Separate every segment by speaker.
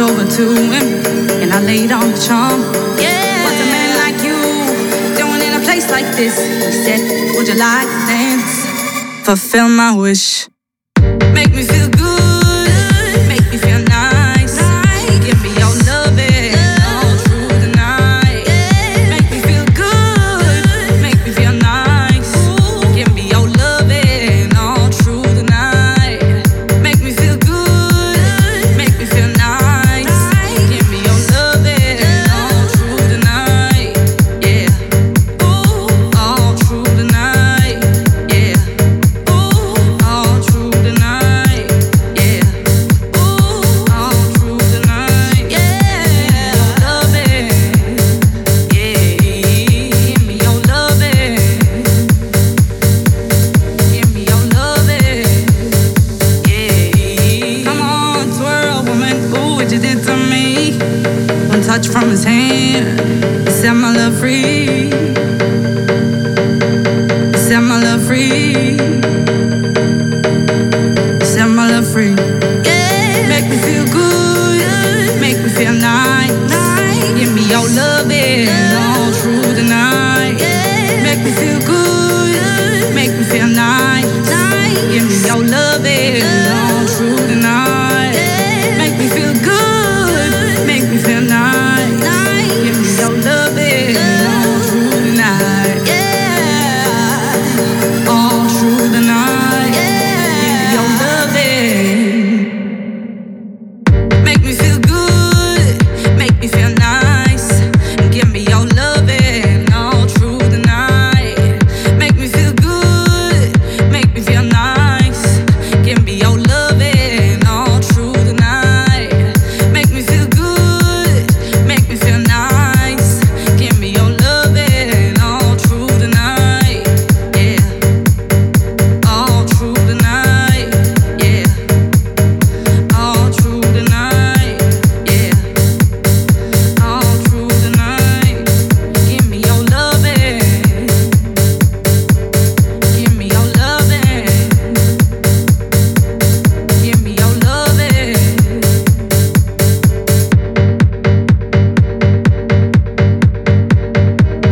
Speaker 1: over to him, and I laid on the charm. Yeah. What's a man like you doing in a place like this? He said, Would you like to dance? Fulfill my wish. Make me feel good. Make me feel nice. Give me your loving all through the night. Make me feel good. Make me feel nice. Give me your loving all through the night. Make me feel good. Make me feel nice. Give me your loving all through the night. Yeah. Ooh, all through the night. Yeah. Ooh, all through the night. Yeah. Ooh, all through the night. Yeah. Love it. Yeah. Give me your love Give me your love Yeah. Come on, twirl, woman. Ooh, what you did to me. One touch from his hand. Set my love free. Set my love free. Set my love free. Yeah. Make me feel good. Make me feel nice. Give me your loving all through the night. Make me feel good. Make me feel nice. Give me your loving all through the night. Make me feel good. Make me feel nice. Give me your loving all through the night. All through the night. Give me your loving. Make me feel good, make me feel nice. Give me your loving all through the night. Make me feel good, make me feel nice. Give me your loving all through the night. Make me feel good, make me feel nice. Give me your loving all through the night. Yeah, all through the night. Yeah. All through the night, yeah. All through the night, give me your loving, give me your loving, give me your loving.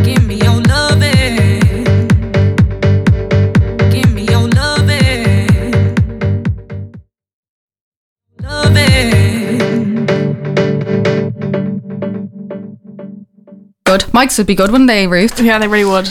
Speaker 1: Give me your loving, give me your loving, loving.
Speaker 2: Good. Mics would be good, wouldn't they, Ruth?
Speaker 3: Yeah, they really would.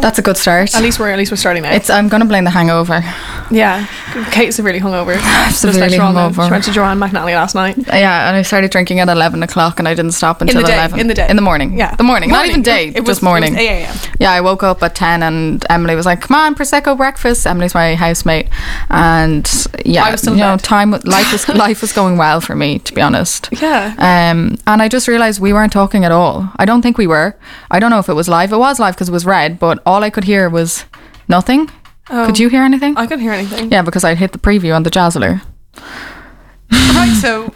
Speaker 2: That's a good start.
Speaker 3: At least we're at least we're starting now.
Speaker 2: It's. I'm gonna blame the hangover.
Speaker 3: yeah, Kate's really hungover.
Speaker 2: Severely
Speaker 3: Just like She
Speaker 2: hungover.
Speaker 3: went to Joanne McNally last night.
Speaker 2: Yeah, and I started drinking at eleven o'clock, and I didn't stop until
Speaker 3: the day,
Speaker 2: eleven
Speaker 3: in the day.
Speaker 2: in the morning.
Speaker 3: Yeah,
Speaker 2: the morning, not even day,
Speaker 3: It
Speaker 2: just
Speaker 3: was- it was
Speaker 2: morning.
Speaker 3: 8 a.m.
Speaker 2: Yeah, I woke up at 10 and Emily was like, Come on, Prosecco breakfast. Emily's my housemate. And yeah,
Speaker 3: I was still in
Speaker 2: you know,
Speaker 3: bed.
Speaker 2: time life was life was going well for me, to be honest.
Speaker 3: Yeah.
Speaker 2: Um and I just realized we weren't talking at all. I don't think we were. I don't know if it was live. It was live because it was red, but all I could hear was nothing. Could you hear anything?
Speaker 3: Oh, I couldn't hear anything.
Speaker 2: yeah, because I'd hit the preview on the Jazzler.
Speaker 3: Right, so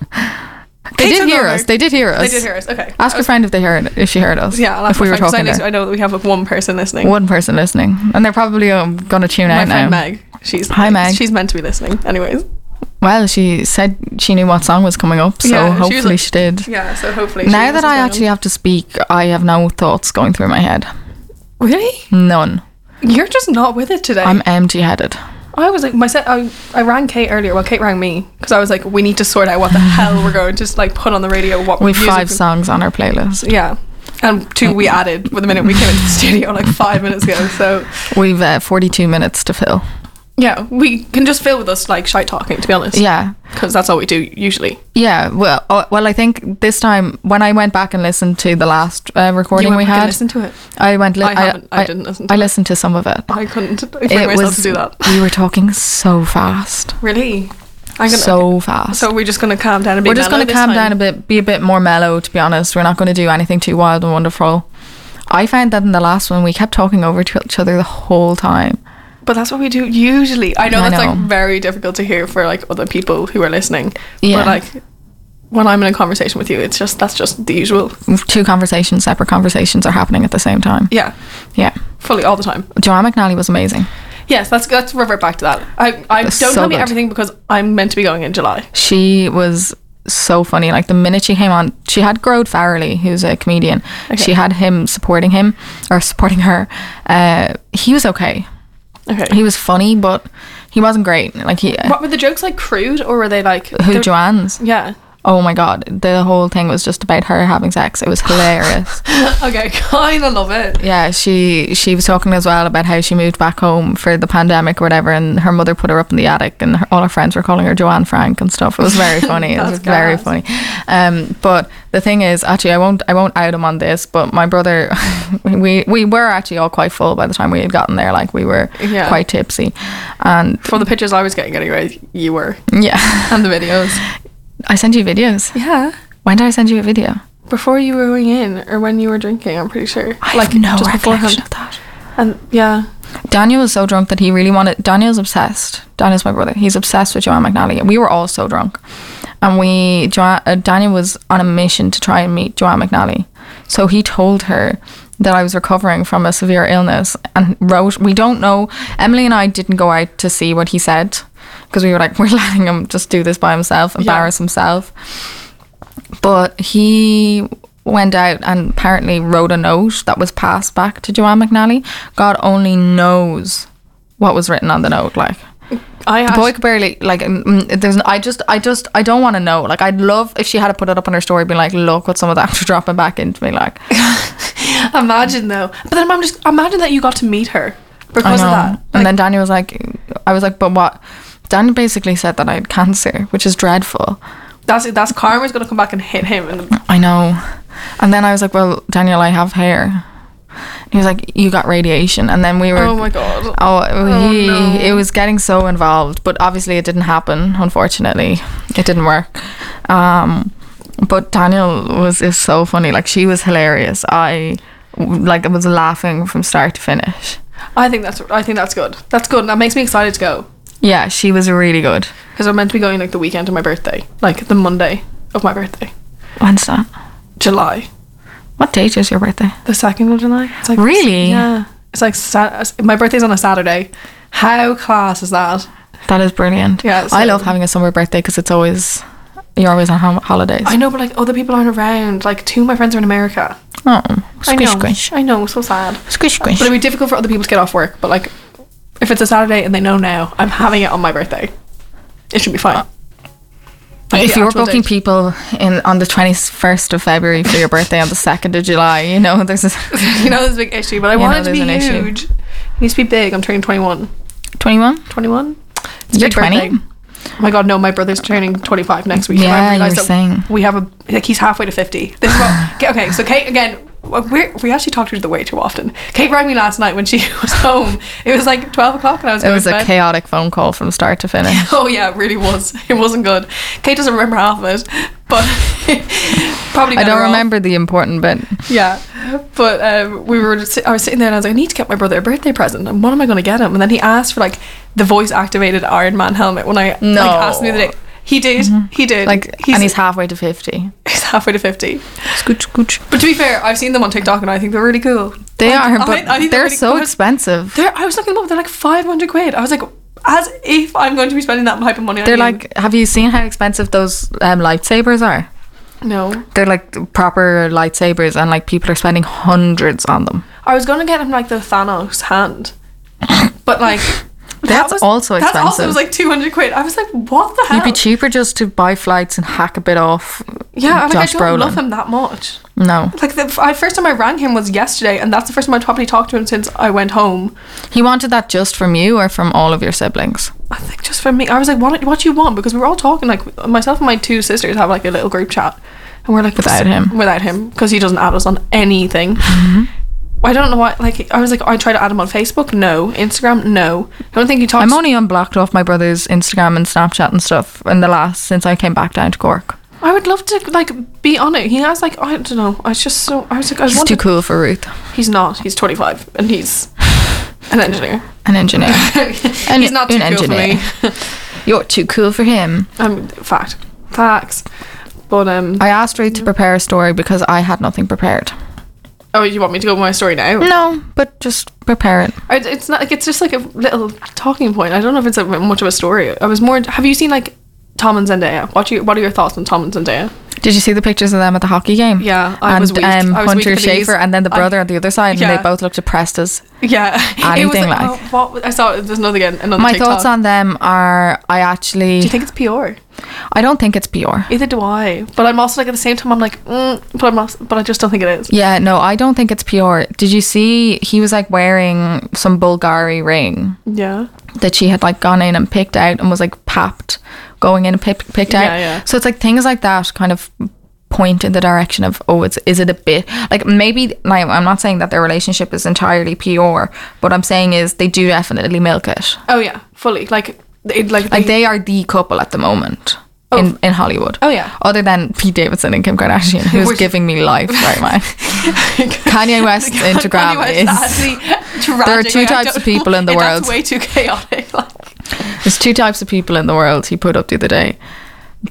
Speaker 2: They
Speaker 3: Kate's
Speaker 2: did hear
Speaker 3: hungover.
Speaker 2: us. They did hear us.
Speaker 3: they did hear us. Okay.
Speaker 2: Ask a friend if they heard if she heard us.
Speaker 3: Yeah, I'll have
Speaker 2: if we were talking
Speaker 3: I,
Speaker 2: there.
Speaker 3: know that we have like one person listening.
Speaker 2: One person listening, and they're probably um, gonna tune
Speaker 3: My
Speaker 2: out now.
Speaker 3: friend Meg. She's
Speaker 2: Hi, Meg.
Speaker 3: She's meant to be listening. Anyways.
Speaker 2: Well, she said she knew what song was coming up, so
Speaker 3: Yeah, she was
Speaker 2: hopefully she,
Speaker 3: like-
Speaker 2: did.
Speaker 3: Yeah. So hopefully.
Speaker 2: now that I
Speaker 3: um,
Speaker 2: actually have to speak, I have no thoughts going through my head.
Speaker 3: really,
Speaker 2: None.
Speaker 3: you're just not with it today.
Speaker 2: I'm empty headed.
Speaker 3: I was like, my set. I, I rang Kate earlier. Well, Kate rang me because I was like, we need to sort out what the hell we're going to just like put on the radio. What
Speaker 2: We've
Speaker 3: music
Speaker 2: five
Speaker 3: we-
Speaker 2: songs on our playlist.
Speaker 3: Yeah, and two we added with the minute we came into the studio like five minutes ago. So
Speaker 2: We've uh, 42 minutes to fill.
Speaker 3: yeah, we can just fill with us like shite talking to be honest.
Speaker 2: Yeah.
Speaker 3: because that's all we do usually.
Speaker 2: Yeah. Well, uh, well, I think this time when I went back and listened to the last uh, recording
Speaker 3: went
Speaker 2: we
Speaker 3: back and
Speaker 2: had,
Speaker 3: listened to it?
Speaker 2: I went. Li-
Speaker 3: I haven't- I didn't listen to
Speaker 2: I
Speaker 3: it.
Speaker 2: listened to some of it.
Speaker 3: I couldn't bring myself to do that.
Speaker 2: We were talking so fast,
Speaker 3: Really, I'm gonna.
Speaker 2: so fast.
Speaker 3: so we're just gonna calm down and be.
Speaker 2: We're just
Speaker 3: mellow
Speaker 2: going to
Speaker 3: this
Speaker 2: calm
Speaker 3: time.
Speaker 2: down a bit, be a bit more mellow, to be honest. We're not going to do anything too wild and wonderful. I found that in the last one, we kept talking over to each other the whole time.
Speaker 3: But that's what we do usually. I know
Speaker 2: I
Speaker 3: that's
Speaker 2: know.
Speaker 3: like very difficult to hear for like other people who are listening.
Speaker 2: Yeah.
Speaker 3: But like when I'm in a conversation with you, it's just that's just the usual.
Speaker 2: Two conversations, separate conversations, are happening at the same time.
Speaker 3: Yeah.
Speaker 2: Yeah.
Speaker 3: Fully all the time.
Speaker 2: Joanne McNally was amazing.
Speaker 3: Yes, that's let's revert back to that. I, I don't
Speaker 2: That's so
Speaker 3: tell me
Speaker 2: good.
Speaker 3: everything because I'm meant to be going in July.
Speaker 2: She was so funny. Like the minute she came on, she had Grode Farrelly, who's a comedian.
Speaker 3: Okay.
Speaker 2: She had him supporting him or supporting her. Uh, he was okay.
Speaker 3: Okay.
Speaker 2: He was funny, but he wasn't great. Like he,
Speaker 3: what were the jokes like crude or were they like
Speaker 2: who
Speaker 3: they're-
Speaker 2: Joanne's?
Speaker 3: Yeah.
Speaker 2: Oh my god, the whole thing was just about her having sex. It was hilarious.
Speaker 3: Okay, kind of love it.
Speaker 2: yeah, she she was talking as well about how she moved back home for the pandemic or whatever, and her mother put her up in the attic, and her, all her friends were calling her Joanne Frank and stuff. It was very funny. it was
Speaker 3: That's
Speaker 2: very
Speaker 3: gas.
Speaker 2: funny. Um, but the thing is, actually, I won't I won't out him on this, but my brother, we we were actually all quite full by the time we had gotten there. Like we were
Speaker 3: Yeah.
Speaker 2: quite tipsy, and
Speaker 3: For the pictures I was getting anyway, you were.
Speaker 2: yeah,
Speaker 3: And the videos.
Speaker 2: I sent you videos.
Speaker 3: Yeah.
Speaker 2: When did I send you a video?
Speaker 3: Before you were going in or when you were drinking, I'm pretty sure.
Speaker 2: I have no recollection of that.
Speaker 3: And yeah.
Speaker 2: Daniel was so drunk that he really wanted. Daniel's obsessed. Daniel's my brother. He's obsessed with Joanne McNally. We were all so drunk, and we Joanne, uh, Daniel was on a mission to try and meet Joanne McNally. So he told her that I was recovering from a severe illness and wrote. We don't know. Emily and I didn't go out to see what he said because we were like, we're letting him just do this by himself, embarrass himself but he went out and apparently wrote a note that was passed back to Joanne McNally. God only knows what was written on the note. Like
Speaker 3: I
Speaker 2: the
Speaker 3: actually,
Speaker 2: boy could barely like. mm, mm, There's I just I just I don't want to know. Like I'd love if she had to put it up on her story, being like, look what some of that was dropping back into me. Like
Speaker 3: imagine though. But then I'm just imagine that you got to meet her because of
Speaker 2: I know.
Speaker 3: that.
Speaker 2: and then Daniel was like, I was like, but what? Daniel basically said that I had cancer, which is dreadful.
Speaker 3: That's that's karma's gonna come back and hit him. And
Speaker 2: I know. And then I was like, well, Daniel, I have hair. And he was like, you got radiation. And then we were.
Speaker 3: oh my god.
Speaker 2: Oh,
Speaker 3: Oh,
Speaker 2: he,
Speaker 3: no.
Speaker 2: it was getting so involved, but obviously it didn't happen. Unfortunately, it didn't work. Um, but Daniel was is so funny. Like she was hilarious. I like was laughing from start to finish.
Speaker 3: I think that's I think that's good. That's good. And that makes me excited to go
Speaker 2: Yeah, she was really good.
Speaker 3: because I'm meant to be going like the weekend of my birthday, like the Monday of my birthday,
Speaker 2: When's that?
Speaker 3: July,
Speaker 2: What date is your birthday?
Speaker 3: the second of July. It's like
Speaker 2: Really?
Speaker 3: Yeah. It's like sat- my birthday's on a Saturday. How class is that?
Speaker 2: That is brilliant.
Speaker 3: Yeah,
Speaker 2: I
Speaker 3: so-
Speaker 2: love having a summer birthday because it's always you're always on hom- holidays.
Speaker 3: I know, but like other people aren't around. Like two of my friends are in America.
Speaker 2: oh,
Speaker 3: I know.
Speaker 2: squish squish
Speaker 3: I know. So sad.
Speaker 2: squish squish.
Speaker 3: But it'd be difficult for other people to get off work. But like, if it's a Saturday and they know now, I'm having it on my birthday. It should be fine. Like,
Speaker 2: Uh, if
Speaker 3: the
Speaker 2: you were
Speaker 3: actual
Speaker 2: booking
Speaker 3: date.
Speaker 2: people in on the 21st of February for your birthday on the 2nd of July, you know, there's a
Speaker 3: you know, there's a big issue. But I
Speaker 2: You know
Speaker 3: want it to
Speaker 2: there's
Speaker 3: be
Speaker 2: an issue.
Speaker 3: huge. It needs to be big. I'm turning 21.
Speaker 2: 21?
Speaker 3: 21. It's a
Speaker 2: You're
Speaker 3: big birthday.
Speaker 2: 20?
Speaker 3: Oh my god, no! My brother's turning 25 next week.
Speaker 2: Yeah, you
Speaker 3: realised
Speaker 2: were
Speaker 3: that
Speaker 2: saying.
Speaker 3: we have a like he's halfway to 50. This is what, okay, okay, so Kate again. uh, We're, we actually talk to each other way too often. Kate rang me last night when she was home. It was like 12 o'clock and I was
Speaker 2: It
Speaker 3: going
Speaker 2: was
Speaker 3: to
Speaker 2: a
Speaker 3: bed.
Speaker 2: chaotic phone call from start to finish.
Speaker 3: Oh yeah, it really was. It wasn't good. Kate doesn't remember half of it, but probably
Speaker 2: I
Speaker 3: better
Speaker 2: don't
Speaker 3: off.
Speaker 2: remember the important bit.
Speaker 3: Yeah, but um, we were. Just, sit- I was sitting there and I was like, I need to get my brother a birthday present. And what am I going to get him? And then he asked for like the voice activated Iron Man helmet. When I
Speaker 2: No. Mm-hmm.
Speaker 3: like, asked him the other day, he did. He did.
Speaker 2: Like,
Speaker 3: he's,
Speaker 2: and he's halfway to 50.
Speaker 3: he's halfway to fifty.
Speaker 2: Scooch, scooch.
Speaker 3: But to be fair, I've seen them on TikTok and I think they're really cool.
Speaker 2: They
Speaker 3: I-
Speaker 2: are,
Speaker 3: I-
Speaker 2: but
Speaker 3: I think
Speaker 2: they're
Speaker 3: really
Speaker 2: so
Speaker 3: cool.
Speaker 2: expensive.
Speaker 3: They're, I was looking them up. They're like five hundred quid. I was like, as if I'm going to be spending that type of money. on
Speaker 2: They're
Speaker 3: you.
Speaker 2: like, have you seen how expensive those um, lightsabers are?
Speaker 3: no.
Speaker 2: They're like proper lightsabers, and like people are spending hundreds on them.
Speaker 3: I was gonna get him like the Thanos hand, but like
Speaker 2: That's also
Speaker 3: That also
Speaker 2: expensive.
Speaker 3: was like two hundred quid. I was like, what the hell?
Speaker 2: It'd be cheaper just to buy flights and hack a bit off.
Speaker 3: yeah, I'm like, I
Speaker 2: Josh
Speaker 3: don't
Speaker 2: Brolin.
Speaker 3: love him that much.
Speaker 2: No.
Speaker 3: Like the f- I, first time I rang him was yesterday, and that's the first time I probably talked to him since I went home.
Speaker 2: He wanted that just from you or from all of your siblings?
Speaker 3: I think just for me, I was like, what, what do you want? Because we were all talking. Like myself and my two sisters have like a little group chat, and we're like
Speaker 2: Without him. Mm-hmm.
Speaker 3: without him, because he doesn't add us on anything. I don't know why. Like I was like, I tried to add him on Facebook. No, Instagram. No, I don't think he talks.
Speaker 2: I'm only unblocked off my brother's Instagram and Snapchat and stuff in the last since I came back down to Cork.
Speaker 3: I would love to like be on it. He has like I don't know. I was just so I was like I
Speaker 2: He's
Speaker 3: want
Speaker 2: too cool for Ruth,
Speaker 3: He's not. He's 25 and he's an engineer.
Speaker 2: an engineer.
Speaker 3: and he's not too
Speaker 2: an
Speaker 3: cool
Speaker 2: engineer.
Speaker 3: for me.
Speaker 2: You're too cool for him.
Speaker 3: um, fact, facts. But um,
Speaker 2: I asked Ruth to prepare a story because I had nothing prepared.
Speaker 3: oh, you want me to go with my story now?
Speaker 2: No, but just prepare it.
Speaker 3: I- It's not like it's just like a little talking point. I don't know if it's a, much of a story. I was more. Have you seen like Tom and Zendaya. What are, you, what are your thoughts on Tom and Zendaya?
Speaker 2: Did you see the pictures of them at the hockey game?
Speaker 3: Yeah, I
Speaker 2: and,
Speaker 3: was weak.
Speaker 2: Um,
Speaker 3: I was weak
Speaker 2: Hunter
Speaker 3: for these.
Speaker 2: Schaefer and then the
Speaker 3: I-
Speaker 2: brother on the other side, and
Speaker 3: Yeah.
Speaker 2: they both looked depressed as.
Speaker 3: Yeah, it was
Speaker 2: Anything like-
Speaker 3: oh, what was- I saw. There's another again. Another
Speaker 2: My
Speaker 3: TikTok.
Speaker 2: thoughts on them are I actually.
Speaker 3: Do you think it's Pior?
Speaker 2: I don't think it's Bjorn.
Speaker 3: Either do I. But I'm also like at the same time. I'm like, mm, but I'm also, but I just don't think it is.
Speaker 2: Yeah, no, I don't think it's Pior. Did you see he was like wearing some Bulgari ring
Speaker 3: Yeah.
Speaker 2: that she had like gone in and picked out and was like papped going in and pick, picked
Speaker 3: Yeah,
Speaker 2: out.
Speaker 3: yeah.
Speaker 2: So it's like things like that kind of point in the direction of oh it's is it a bit like maybe like, I'm not saying that their relationship is entirely Pior, but I'm saying is they do definitely milk it.
Speaker 3: Oh yeah, fully. Like it, like,
Speaker 2: Like they are the couple at the moment. In, in Hollywood.
Speaker 3: Oh, yeah.
Speaker 2: Other than Pete Davidson and Kim Kardashian, who's
Speaker 3: Which-
Speaker 2: giving me life right now. Kanye West's Instagram is.
Speaker 3: there
Speaker 2: two types of people in the
Speaker 3: That's
Speaker 2: world.
Speaker 3: way too chaotic. Like,
Speaker 2: There's two types of people in the world he put up the other day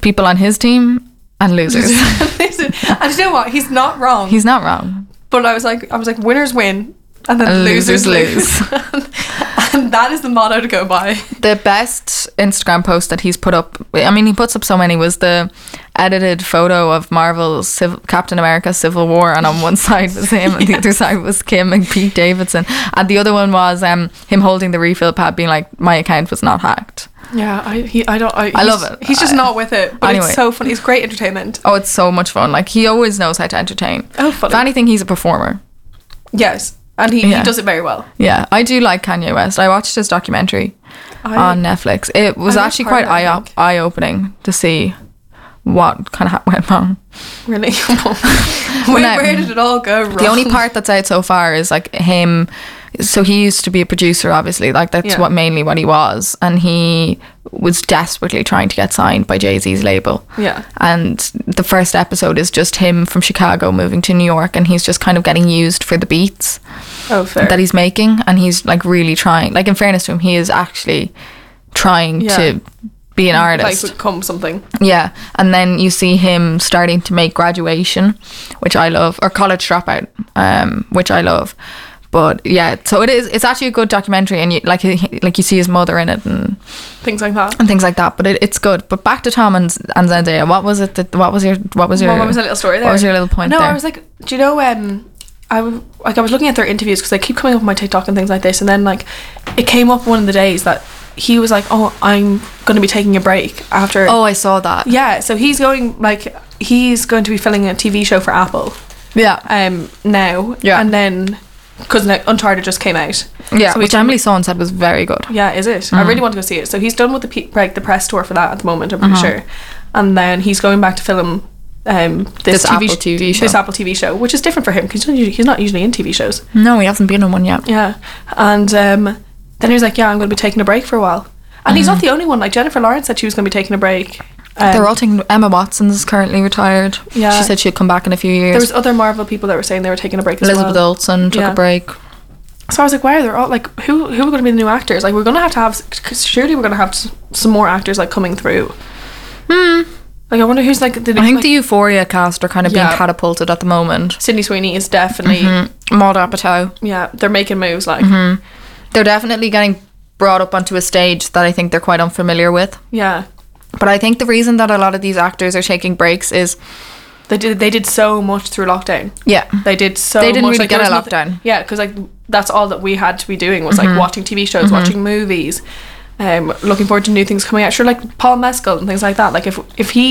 Speaker 2: people on his team and losers.
Speaker 3: listen, and you know what? He's not wrong.
Speaker 2: He's not wrong.
Speaker 3: but I was like, I was like, winners win, and then
Speaker 2: And
Speaker 3: losers,
Speaker 2: losers
Speaker 3: lose. and that is the motto to go by.
Speaker 2: The best Instagram post that he's put up, I mean, he puts up so many, was the edited photo of Marvel's Civ- Captain America Civil War, and on one side was him, and the other side was Kim and Pete Davidson. And the other one was um, him holding the refill pad, being like, my account was not hacked.
Speaker 3: Yeah, I he, I don't. I,
Speaker 2: I
Speaker 3: he's-
Speaker 2: love it.
Speaker 3: He's just
Speaker 2: I-
Speaker 3: not with it, but
Speaker 2: Anyway.
Speaker 3: it's so funny. It's great entertainment.
Speaker 2: Oh, it's so much fun. Like, he always knows how to entertain.
Speaker 3: Oh, funny.
Speaker 2: If anything, he's a performer.
Speaker 3: Yes, and he,
Speaker 2: Yeah.
Speaker 3: he does it very well.
Speaker 2: Yeah, I do like Kanye West. I watched his documentary
Speaker 3: I-
Speaker 2: on Netflix. It was
Speaker 3: I like
Speaker 2: actually quite
Speaker 3: part of it, I
Speaker 2: eye op- eye opening to see what kind of went wrong.
Speaker 3: Really, where,
Speaker 2: When I-
Speaker 3: where did it all go wrong?
Speaker 2: The only part that's out so far is like him. So he used to be a producer, obviously. Like that's
Speaker 3: Yeah.
Speaker 2: what mainly what he was, and he was desperately trying to get signed by Jay Z's label.
Speaker 3: Yeah.
Speaker 2: And the first episode is just him from Chicago moving to New York, and he's just kind of getting used for the beats.
Speaker 3: oh, fair.
Speaker 2: that he's making and he's like really trying like in fairness to him he is actually trying
Speaker 3: Yeah.
Speaker 2: to be an
Speaker 3: like
Speaker 2: artist
Speaker 3: become something.
Speaker 2: yeah and then you see him starting to make graduation which i love or college dropout um which i love but yeah so it is it's actually a good documentary and you like he, he- like you see his mother in it and,
Speaker 3: things like that.
Speaker 2: and things like that but it, it's good but back to tom and, and zendaya what was it that what was your what was your
Speaker 3: Well, what was that little story there?
Speaker 2: what was your little point
Speaker 3: No,
Speaker 2: there
Speaker 3: I was like, do you know? Um, I w- like I was looking at their interviews because they keep coming up on my TikTok and things like this, and then like it came up one of the days that he was like, "Oh, I'm going to be taking a break after."
Speaker 2: oh i saw that
Speaker 3: yeah. So he's going like he's going to be filling a TV show for Apple
Speaker 2: yeah
Speaker 3: um now.
Speaker 2: Yeah.
Speaker 3: And then because Uncharted just came out.
Speaker 2: yeah
Speaker 3: So he's
Speaker 2: which emily Sawn said was very good
Speaker 3: Yeah, is it? I
Speaker 2: Mm.
Speaker 3: really want to go see it. So he's done with the pe- like the press tour for that at the moment. I'm
Speaker 2: Uh-huh.
Speaker 3: pretty sure, and then he's going back to film um, this,
Speaker 2: This
Speaker 3: TV,
Speaker 2: Apple TV show.
Speaker 3: this Apple TV show, which is different for him because he's not usually in TV shows.
Speaker 2: no he hasn't been on one yet
Speaker 3: Yeah, and um, then he was like, "Yeah, I'm going to be taking a break for a while." And he's
Speaker 2: Mm.
Speaker 3: not the only one. Like Jennifer Lawrence said, she was going to be taking a break. Um,
Speaker 2: They're all taking. Emma Watson's currently retired.
Speaker 3: Yeah.
Speaker 2: She said she'll come back in a few years.
Speaker 3: there was other Marvel people that were saying they were taking a break. As
Speaker 2: Elizabeth
Speaker 3: well.
Speaker 2: Olsen took
Speaker 3: Yeah.
Speaker 2: a break.
Speaker 3: So I was like, "Wow, they're all like, who who are going to be the new actors? Like, we're going to have to have 'cause surely we're going to have s- some more actors like coming through." Hmm. Like, I wonder who's like the.
Speaker 2: I think
Speaker 3: like,
Speaker 2: the Euphoria cast are kind of
Speaker 3: Yeah.
Speaker 2: being catapulted at the moment.
Speaker 3: Sydney Sweeney is definitely
Speaker 2: Maud Apatow.
Speaker 3: yeah, they're making moves like
Speaker 2: Mm-hmm. They're definitely getting brought up onto a stage that I think they're quite unfamiliar with.
Speaker 3: yeah.
Speaker 2: But I think the reason that a lot of these actors are taking breaks is,
Speaker 3: They did they did so much through lockdown.
Speaker 2: yeah,
Speaker 3: They did so
Speaker 2: They didn't
Speaker 3: much
Speaker 2: really
Speaker 3: like, there
Speaker 2: get a
Speaker 3: was nothing-
Speaker 2: lockdown.
Speaker 3: Yeah, cuz like that's all that we had to be doing was
Speaker 2: Mm-hmm.
Speaker 3: like watching TV shows, watching movies. Um looking forward to new things coming out. Sure like Paul Mescal and things like that. Like if if he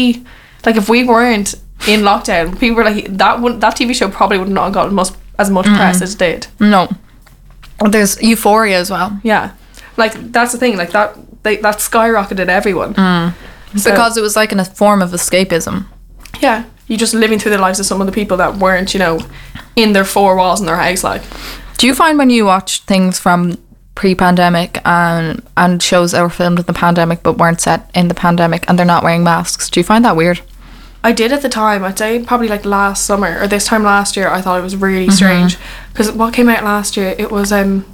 Speaker 3: like if we weren't in lockdown, people were like that would that TV show probably would not have gotten most, as much
Speaker 2: Mm-hmm.
Speaker 3: press as it did.
Speaker 2: no. There's Euphoria as well
Speaker 3: Yeah. Like that's the thing like that they, that skyrocketed everyone. So-
Speaker 2: Mm. because it was like in a form of escapism.
Speaker 3: Yeah, you're just living through the lives of some of the people that weren't, you know, in their four walls in their house. Like,
Speaker 2: Do you find when you watch things from pre-pandemic and and shows that were filmed in the pandemic but weren't set in the pandemic and they're not wearing masks? Do you find that weird?
Speaker 3: I did at the time. I'd say probably like last summer or this time last year. I thought it was really strange. 'Cause strange because what came out last year it was um,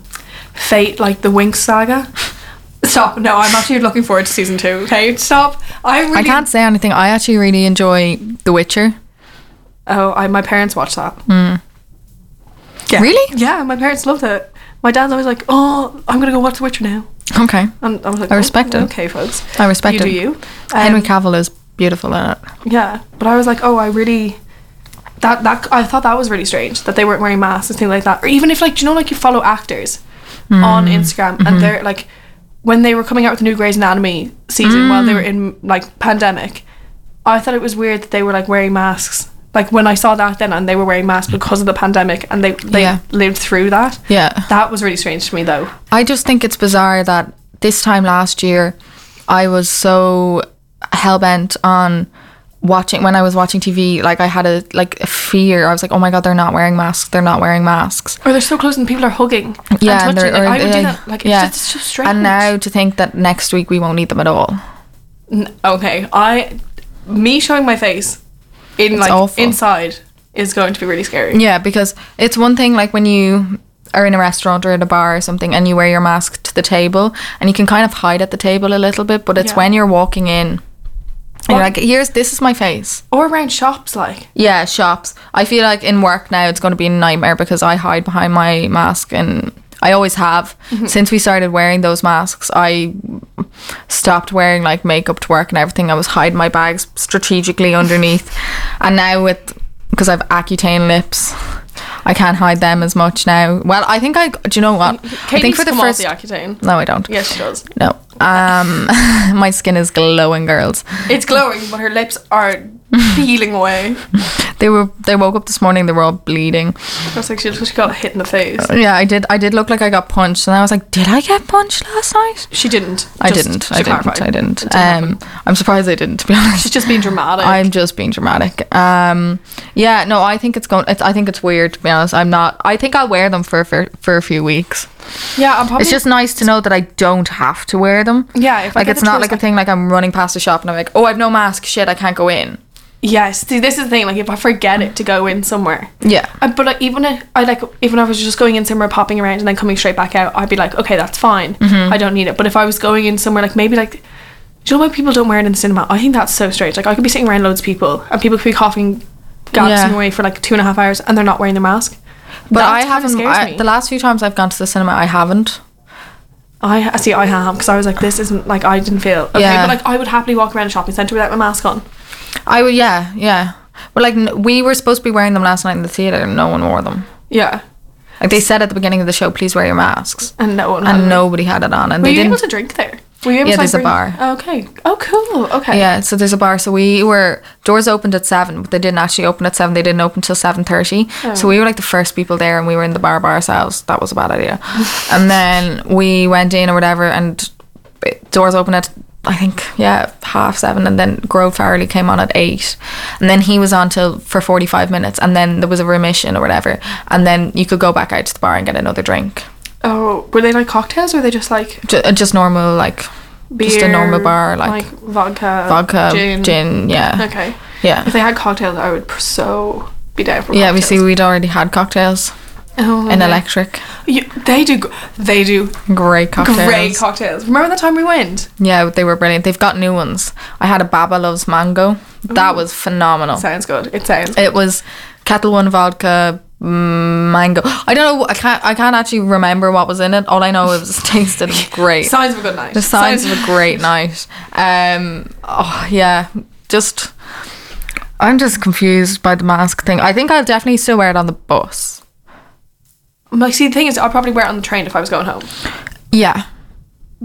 Speaker 3: Fate, like the Winx saga. Stop! No, I'm actually looking forward to season two. Okay, stop. I really.
Speaker 2: I can't say anything. I actually really enjoy The Witcher.
Speaker 3: Oh, I, my parents watched that. Yeah.
Speaker 2: Really?
Speaker 3: Yeah, my parents loved it. My dad's always like, "Oh, I'm gonna go watch The Witcher now,"
Speaker 2: Okay.
Speaker 3: and I was like,
Speaker 2: I
Speaker 3: "Oh,
Speaker 2: respect it.
Speaker 3: Okay, folks,
Speaker 2: I respect
Speaker 3: you
Speaker 2: it.
Speaker 3: do you."
Speaker 2: Henry
Speaker 3: Um,
Speaker 2: Cavill is beautiful in it.
Speaker 3: Yeah, but I was like, oh, I really that that I thought that was really strange that they weren't wearing masks and things like that. Or even if like, do you know, like you follow actors on
Speaker 2: Hmm.
Speaker 3: Instagram
Speaker 2: Mm-hmm.
Speaker 3: and they're like, when they were coming out with the new Grey's Anatomy season while
Speaker 2: Mm.
Speaker 3: they were in like pandemic, I thought it was weird that they were like wearing masks. Like when I saw that then, and they were wearing masks because of the pandemic, and they they
Speaker 2: Yeah.
Speaker 3: lived through that.
Speaker 2: Yeah.
Speaker 3: That was really strange to me though.
Speaker 2: I just think it's bizarre that this time last year, I was so hell bent on watching when I was watching TV. Like I had a like a fear. I was like, oh my god, they're not wearing masks. They're not wearing masks.
Speaker 3: Or they're so close and people are hugging
Speaker 2: Yeah,
Speaker 3: and
Speaker 2: and
Speaker 3: touching.
Speaker 2: they're-
Speaker 3: like, I would
Speaker 2: or-
Speaker 3: do that. Like it's,
Speaker 2: yeah.
Speaker 3: just, it's just strange.
Speaker 2: And now to think that next week we won't need them at all.
Speaker 3: N- okay i me showing my face in like
Speaker 2: awful.
Speaker 3: inside is going to be really scary
Speaker 2: Yeah, because it's one thing like when you are in a restaurant or at a bar or something and you wear your mask to the table and you can kind of hide at the table a little bit, but it's
Speaker 3: Yeah.
Speaker 2: when you're walking in and you're
Speaker 3: Or-
Speaker 2: like, here's this is my face.
Speaker 3: or around shops like
Speaker 2: Yeah, shops. I feel like in work now it's going to be a nightmare because I hide behind my mask and I always have. Since we started wearing those masks, I stopped wearing like makeup to work and everything. I was hiding my bags strategically underneath. and now with because I've Accutane lips, I can't hide them as much now. Well, I think I do you know what? I
Speaker 3: Katie
Speaker 2: think for the first
Speaker 3: the Accutane.
Speaker 2: No, I don't.
Speaker 3: yes she does
Speaker 2: No. Um my skin is glowing, girls.
Speaker 3: it's glowing but her lips are peeling away
Speaker 2: They were they woke up this morning they were all bleeding.
Speaker 3: I was like she just she got hit in the face
Speaker 2: Yeah, I did. I did look like I got punched, and I was like, "Did I get punched last night?"
Speaker 3: she didn't
Speaker 2: I
Speaker 3: just
Speaker 2: didn't.
Speaker 3: to
Speaker 2: I didn't.
Speaker 3: clarify.
Speaker 2: I didn't.
Speaker 3: It happen.
Speaker 2: Um, I'm surprised I didn't. To be honest,
Speaker 3: she's just being dramatic
Speaker 2: I'm just being dramatic. Um, yeah, no, I think it's going. It's, I think it's weird. To be honest, I'm not. I think I'll wear them for for, for a few weeks.
Speaker 3: yeah I'm probably
Speaker 2: It's just nice to know that I don't have to wear them.
Speaker 3: Yeah, if I
Speaker 2: like
Speaker 3: get
Speaker 2: it's
Speaker 3: the
Speaker 2: not
Speaker 3: choice,
Speaker 2: like a
Speaker 3: I-
Speaker 2: thing. Like I'm running past a shop and I'm like, "Oh, I've no mask. Shit, I can't go in."
Speaker 3: yes see this is the thing like if I forget it to go in somewhere
Speaker 2: Yeah.
Speaker 3: I, Uh, but like, even if I like, even if I was just going in somewhere, popping around, and then coming straight back out, I'd be like, okay, that's fine.
Speaker 2: Mm-hmm.
Speaker 3: I don't need it. But if I was going in somewhere, like maybe like, do you know why people don't wear it in the cinema? I think that's so strange. Like I could be sitting around loads of people, and people could be coughing, gasping
Speaker 2: Yeah.
Speaker 3: away for like two and a half hours, and they're not wearing their mask.
Speaker 2: But
Speaker 3: That
Speaker 2: I
Speaker 3: kinda
Speaker 2: haven't.
Speaker 3: scares
Speaker 2: I,
Speaker 3: me.
Speaker 2: the last few times I've gone to the cinema, I haven't.
Speaker 3: I see. I have because I was like, this isn't like I didn't feel okay.
Speaker 2: Yeah.
Speaker 3: But like I would happily walk around a shopping center without my mask on.
Speaker 2: I would, yeah, yeah. But like, n- we were supposed to be wearing them last night in the theater, and no one wore them.
Speaker 3: Yeah,
Speaker 2: Like they said at the beginning of the show, please wear your masks,
Speaker 3: and no one. had it.
Speaker 2: and nobody had it on, and
Speaker 3: Were
Speaker 2: they
Speaker 3: you
Speaker 2: didn't.
Speaker 3: able to drink there? Were you able
Speaker 2: Yeah,
Speaker 3: to like,
Speaker 2: there's a
Speaker 3: bring-
Speaker 2: bar.
Speaker 3: Okay. Oh, cool. Okay.
Speaker 2: yeah, so there's a bar. So we were doors opened at seven, but they didn't actually open at seven. They didn't open till seven thirty. So we were like the first people there, and we were in the bar by ourselves. That was a bad idea. and then we went in or whatever, and it- doors opened at I think yeah half seven, and then Grove Farley came on at eight, and then he was on till for forty five minutes, and then there was a remission or whatever, and then you could go back out to the bar and get another drink.
Speaker 3: Oh, were they like cocktails? Or were they just like?
Speaker 2: Ju- uh, just normal like just a normal bar like,
Speaker 3: vodka,
Speaker 2: vodka gin, yeah
Speaker 3: Okay, if
Speaker 2: yeah
Speaker 3: they had cocktails, I would pr- so be down for.
Speaker 2: yeah we see
Speaker 3: cocktails.
Speaker 2: we'd already had cocktails
Speaker 3: oh,
Speaker 2: in
Speaker 3: yeah.
Speaker 2: electric
Speaker 3: You- they do. g- They do
Speaker 2: great cocktails
Speaker 3: great cocktails. Remember that time we went?
Speaker 2: yeah they were brilliant they've got new ones I had a Baba Loves Mango that was phenomenal
Speaker 3: Sounds good. It sounds.
Speaker 2: it was Kettle One vodka mm, mango I don't know I can't I can't actually remember what was in it all I know it was tasted great
Speaker 3: Signs of a good night.
Speaker 2: The signs of a great night. Um, oh yeah, just I'm just confused by the mask thing. I think I'll definitely still wear it on the bus.
Speaker 3: Like, see, the thing is, I'd probably wear it on the train if I was going home
Speaker 2: Yeah,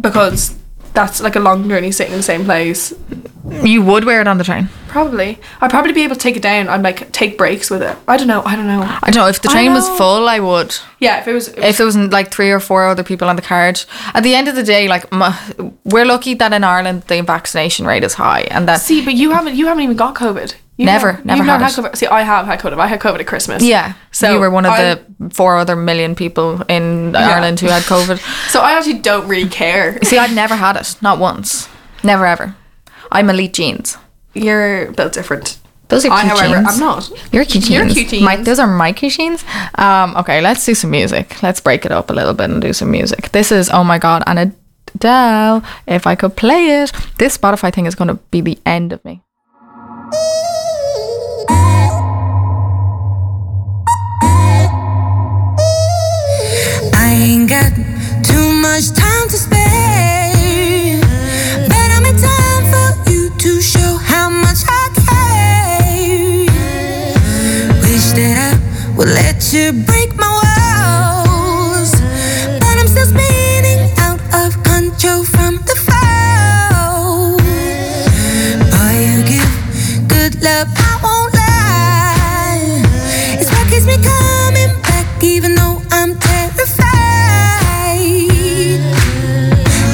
Speaker 3: because that's like a long journey sitting in the same place.
Speaker 2: you would wear it on the train.
Speaker 3: Probably, I'd probably be able to take it down. I'd like take breaks with it. I don't know. I don't know.
Speaker 2: I don't know if the
Speaker 3: I
Speaker 2: train was
Speaker 3: know.
Speaker 2: full, I would.
Speaker 3: Yeah, if it was, it was
Speaker 2: If there wasn't like three or four other people on the carriage, at the end of the day, like m- we're lucky that in Ireland the vaccination rate is high, and that
Speaker 3: See, but you haven't you haven't even got COVID. You've
Speaker 2: Never,
Speaker 3: not-
Speaker 2: never
Speaker 3: you've not
Speaker 2: had it.
Speaker 3: COVID. See, I have had COVID. I had COVID at Christmas.
Speaker 2: yeah, so
Speaker 3: So
Speaker 2: you were one of
Speaker 3: I-
Speaker 2: the four other million people in Ireland who had COVID.
Speaker 3: So I actually don't really care.
Speaker 2: See, I've never had it. Not once. Never ever. I'm elite jeans.
Speaker 3: You're built different.
Speaker 2: Those are cute
Speaker 3: I, however,
Speaker 2: jeans.
Speaker 3: I'm not.
Speaker 2: You're cute jeans.
Speaker 3: You're cute jeans.
Speaker 2: My, those are my cute jeans. Um, okay, let's do some music. Let's break it up a little bit and do some music. This is Oh My God and Adele. If I could play it. This Spotify thing is going to be the end of me.
Speaker 1: I
Speaker 4: ain't got too much time to spare. But I'm in time for you to show how much I care. Wish that I would let you break my walls. But I'm still spinning out of control from the fall. Boy, you give good love, I won't lie. It's what keeps me coming back, even though I'm terrified.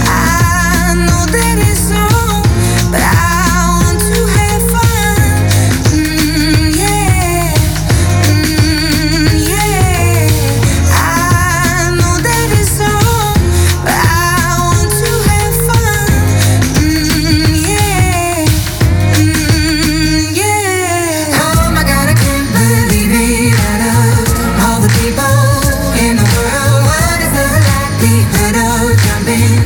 Speaker 4: I know that it's wrong, but I want to have fun. Mm, yeah. Mm, yeah. I know that it's wrong, but I want to have fun. Mm, yeah. Mm, yeah. Oh my God, I can't believe it. Out of all the people in the world, what is the likelihood of jumping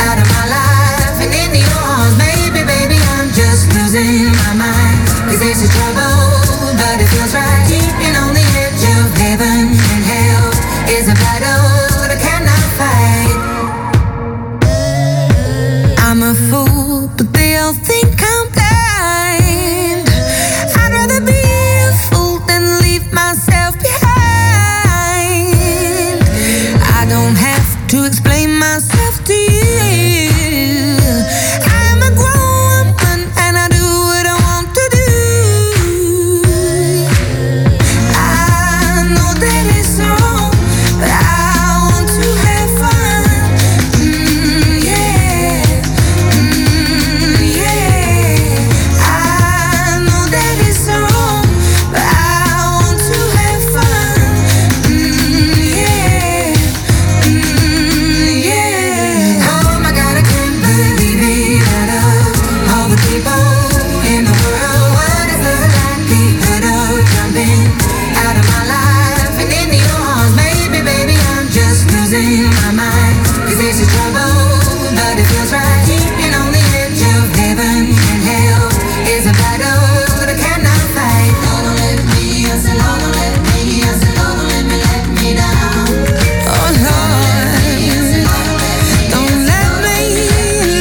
Speaker 4: out of my life and into your arms? Maybe, baby, I'm just losing my mind. 'Cause this is trouble, but it feels right. Keeping on the edge of heaven and hell is a battle that I cannot fight. I'm a fool, but they all think I'm blind. I'd rather be a fool than leave myself behind. I don't have to explain myself to you. I'm a grown woman and I do what I want to do. I know that it's wrong, but I want to have fun. Mm, yeah, mm, yeah. I know that it's wrong, but I want to have fun. Mm, yeah, mm, yeah. Oh my God, I can't believe it. Out of all the people in the world, what is the likelihood of jumping out of my life and into your arms? Maybe, baby, I'm just losing my mind. 'Cause this is trouble, but it feels right. Keeping on the edge of heaven and hell is a battle that I cannot fight. Lord, don't let me, I said, Lord, don't let me, I said, Lord, don't let me let me down. Oh Lord, don't let me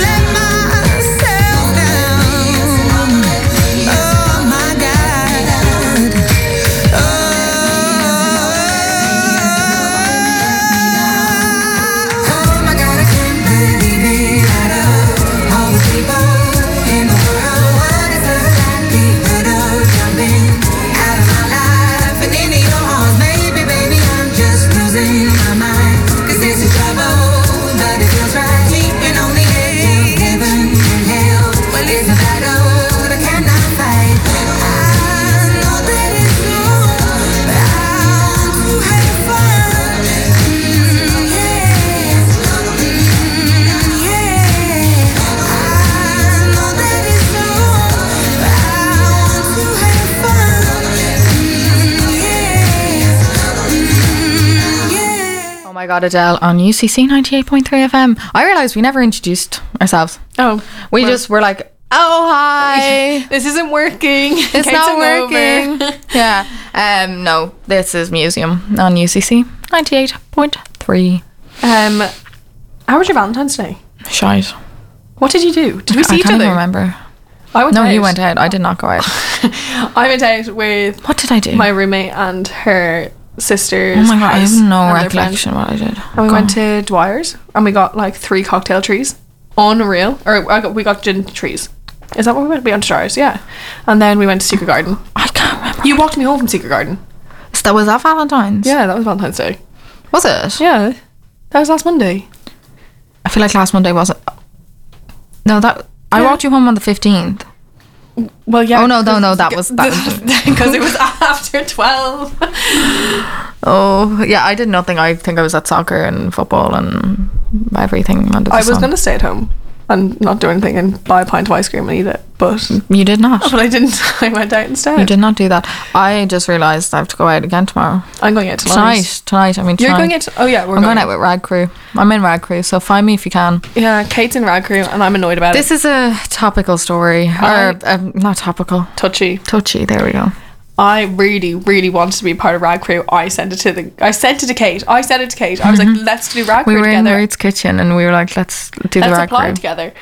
Speaker 4: let myself down. Oh my God. Oh my God, I can't believe it. Out of all the people in the world, what is the likelihood of jumping out of my life and into your arms? Maybe, baby, I'm just losing my mind. 'Cause this is trouble, but it feels right. Keeping on the edge of heaven and hell. Well, it's a battle that I cannot fight. I know that it's wrong, but I want to have fun. Mm, yeah.
Speaker 2: Oh my god, Adele on UCC 98.3 FM. I realised we never introduced ourselves.
Speaker 3: Oh,
Speaker 2: We just were like, oh, hi.
Speaker 3: Eh, this isn't working.
Speaker 2: It's not working. yeah. Um, no, this is Museum on UCC 98.3.
Speaker 3: Um, how was your Valentine's Day?
Speaker 2: Shite.
Speaker 3: What did you do? Did we see
Speaker 2: I
Speaker 3: each
Speaker 2: can't
Speaker 3: other?
Speaker 2: even remember.
Speaker 3: I went
Speaker 2: No,
Speaker 3: out.
Speaker 2: you went out. I did not go out.
Speaker 3: I went out with
Speaker 2: What did I do?
Speaker 3: my roommate and her sisters.
Speaker 2: oh my god, I
Speaker 3: house
Speaker 2: have no
Speaker 3: and their
Speaker 2: recollection what I did.
Speaker 3: friends. And we went to Dwyer's and we got like three cocktail trees. Unreal. Or I got, we got gin trees. Is that what we went? We went to Dwyer's, yeah. And then we went to Secret Garden.
Speaker 2: I can't remember.
Speaker 3: You walked me home from Secret Garden.
Speaker 2: So that was that Valentine's.
Speaker 3: Yeah, that was Valentine's Day.
Speaker 2: Was it?
Speaker 3: Yeah. That was last Monday.
Speaker 2: I feel like last Monday wasn't. No, that I
Speaker 3: Yeah.
Speaker 2: walked you home on the fifteenth.
Speaker 3: Well, yeah.
Speaker 2: Oh, no, no, no, that was- that was-
Speaker 3: because it was after twelve.
Speaker 2: Oh yeah, I did nothing. I think I was at soccer and football and everything under the
Speaker 3: I was
Speaker 2: sun.
Speaker 3: gonna stay at home and not do anything and buy a pint of ice cream and eat it, but
Speaker 2: You did not.
Speaker 3: Oh, but I didn't. I went out instead.
Speaker 2: Mm. You did not do that. I just realised I have to go out again tomorrow.
Speaker 3: I'm going out tonight.
Speaker 2: Tonight, tonight. I mean,
Speaker 3: You're
Speaker 2: tonight.
Speaker 3: going out. Oh yeah, we're
Speaker 2: I'm going out with Rag Crew. I'm in Rag Crew, so find me if you can.
Speaker 3: Yeah, Kate's in rag crew, and I'm annoyed about
Speaker 2: This
Speaker 3: it.
Speaker 2: is a topical story, or um, not topical,
Speaker 3: Touchy.
Speaker 2: touchy. There we go.
Speaker 3: I really, really wanted to be part of Rag Crew. I sent it to the. I sent it to Kate. I sent it to Kate. I was like, let's do Rag
Speaker 2: Mm-hmm. We
Speaker 3: Crew
Speaker 2: were in
Speaker 3: together.
Speaker 2: Ruth's kitchen and we were like, let's do the
Speaker 3: let's
Speaker 2: rag
Speaker 3: apply
Speaker 2: crew.
Speaker 3: together.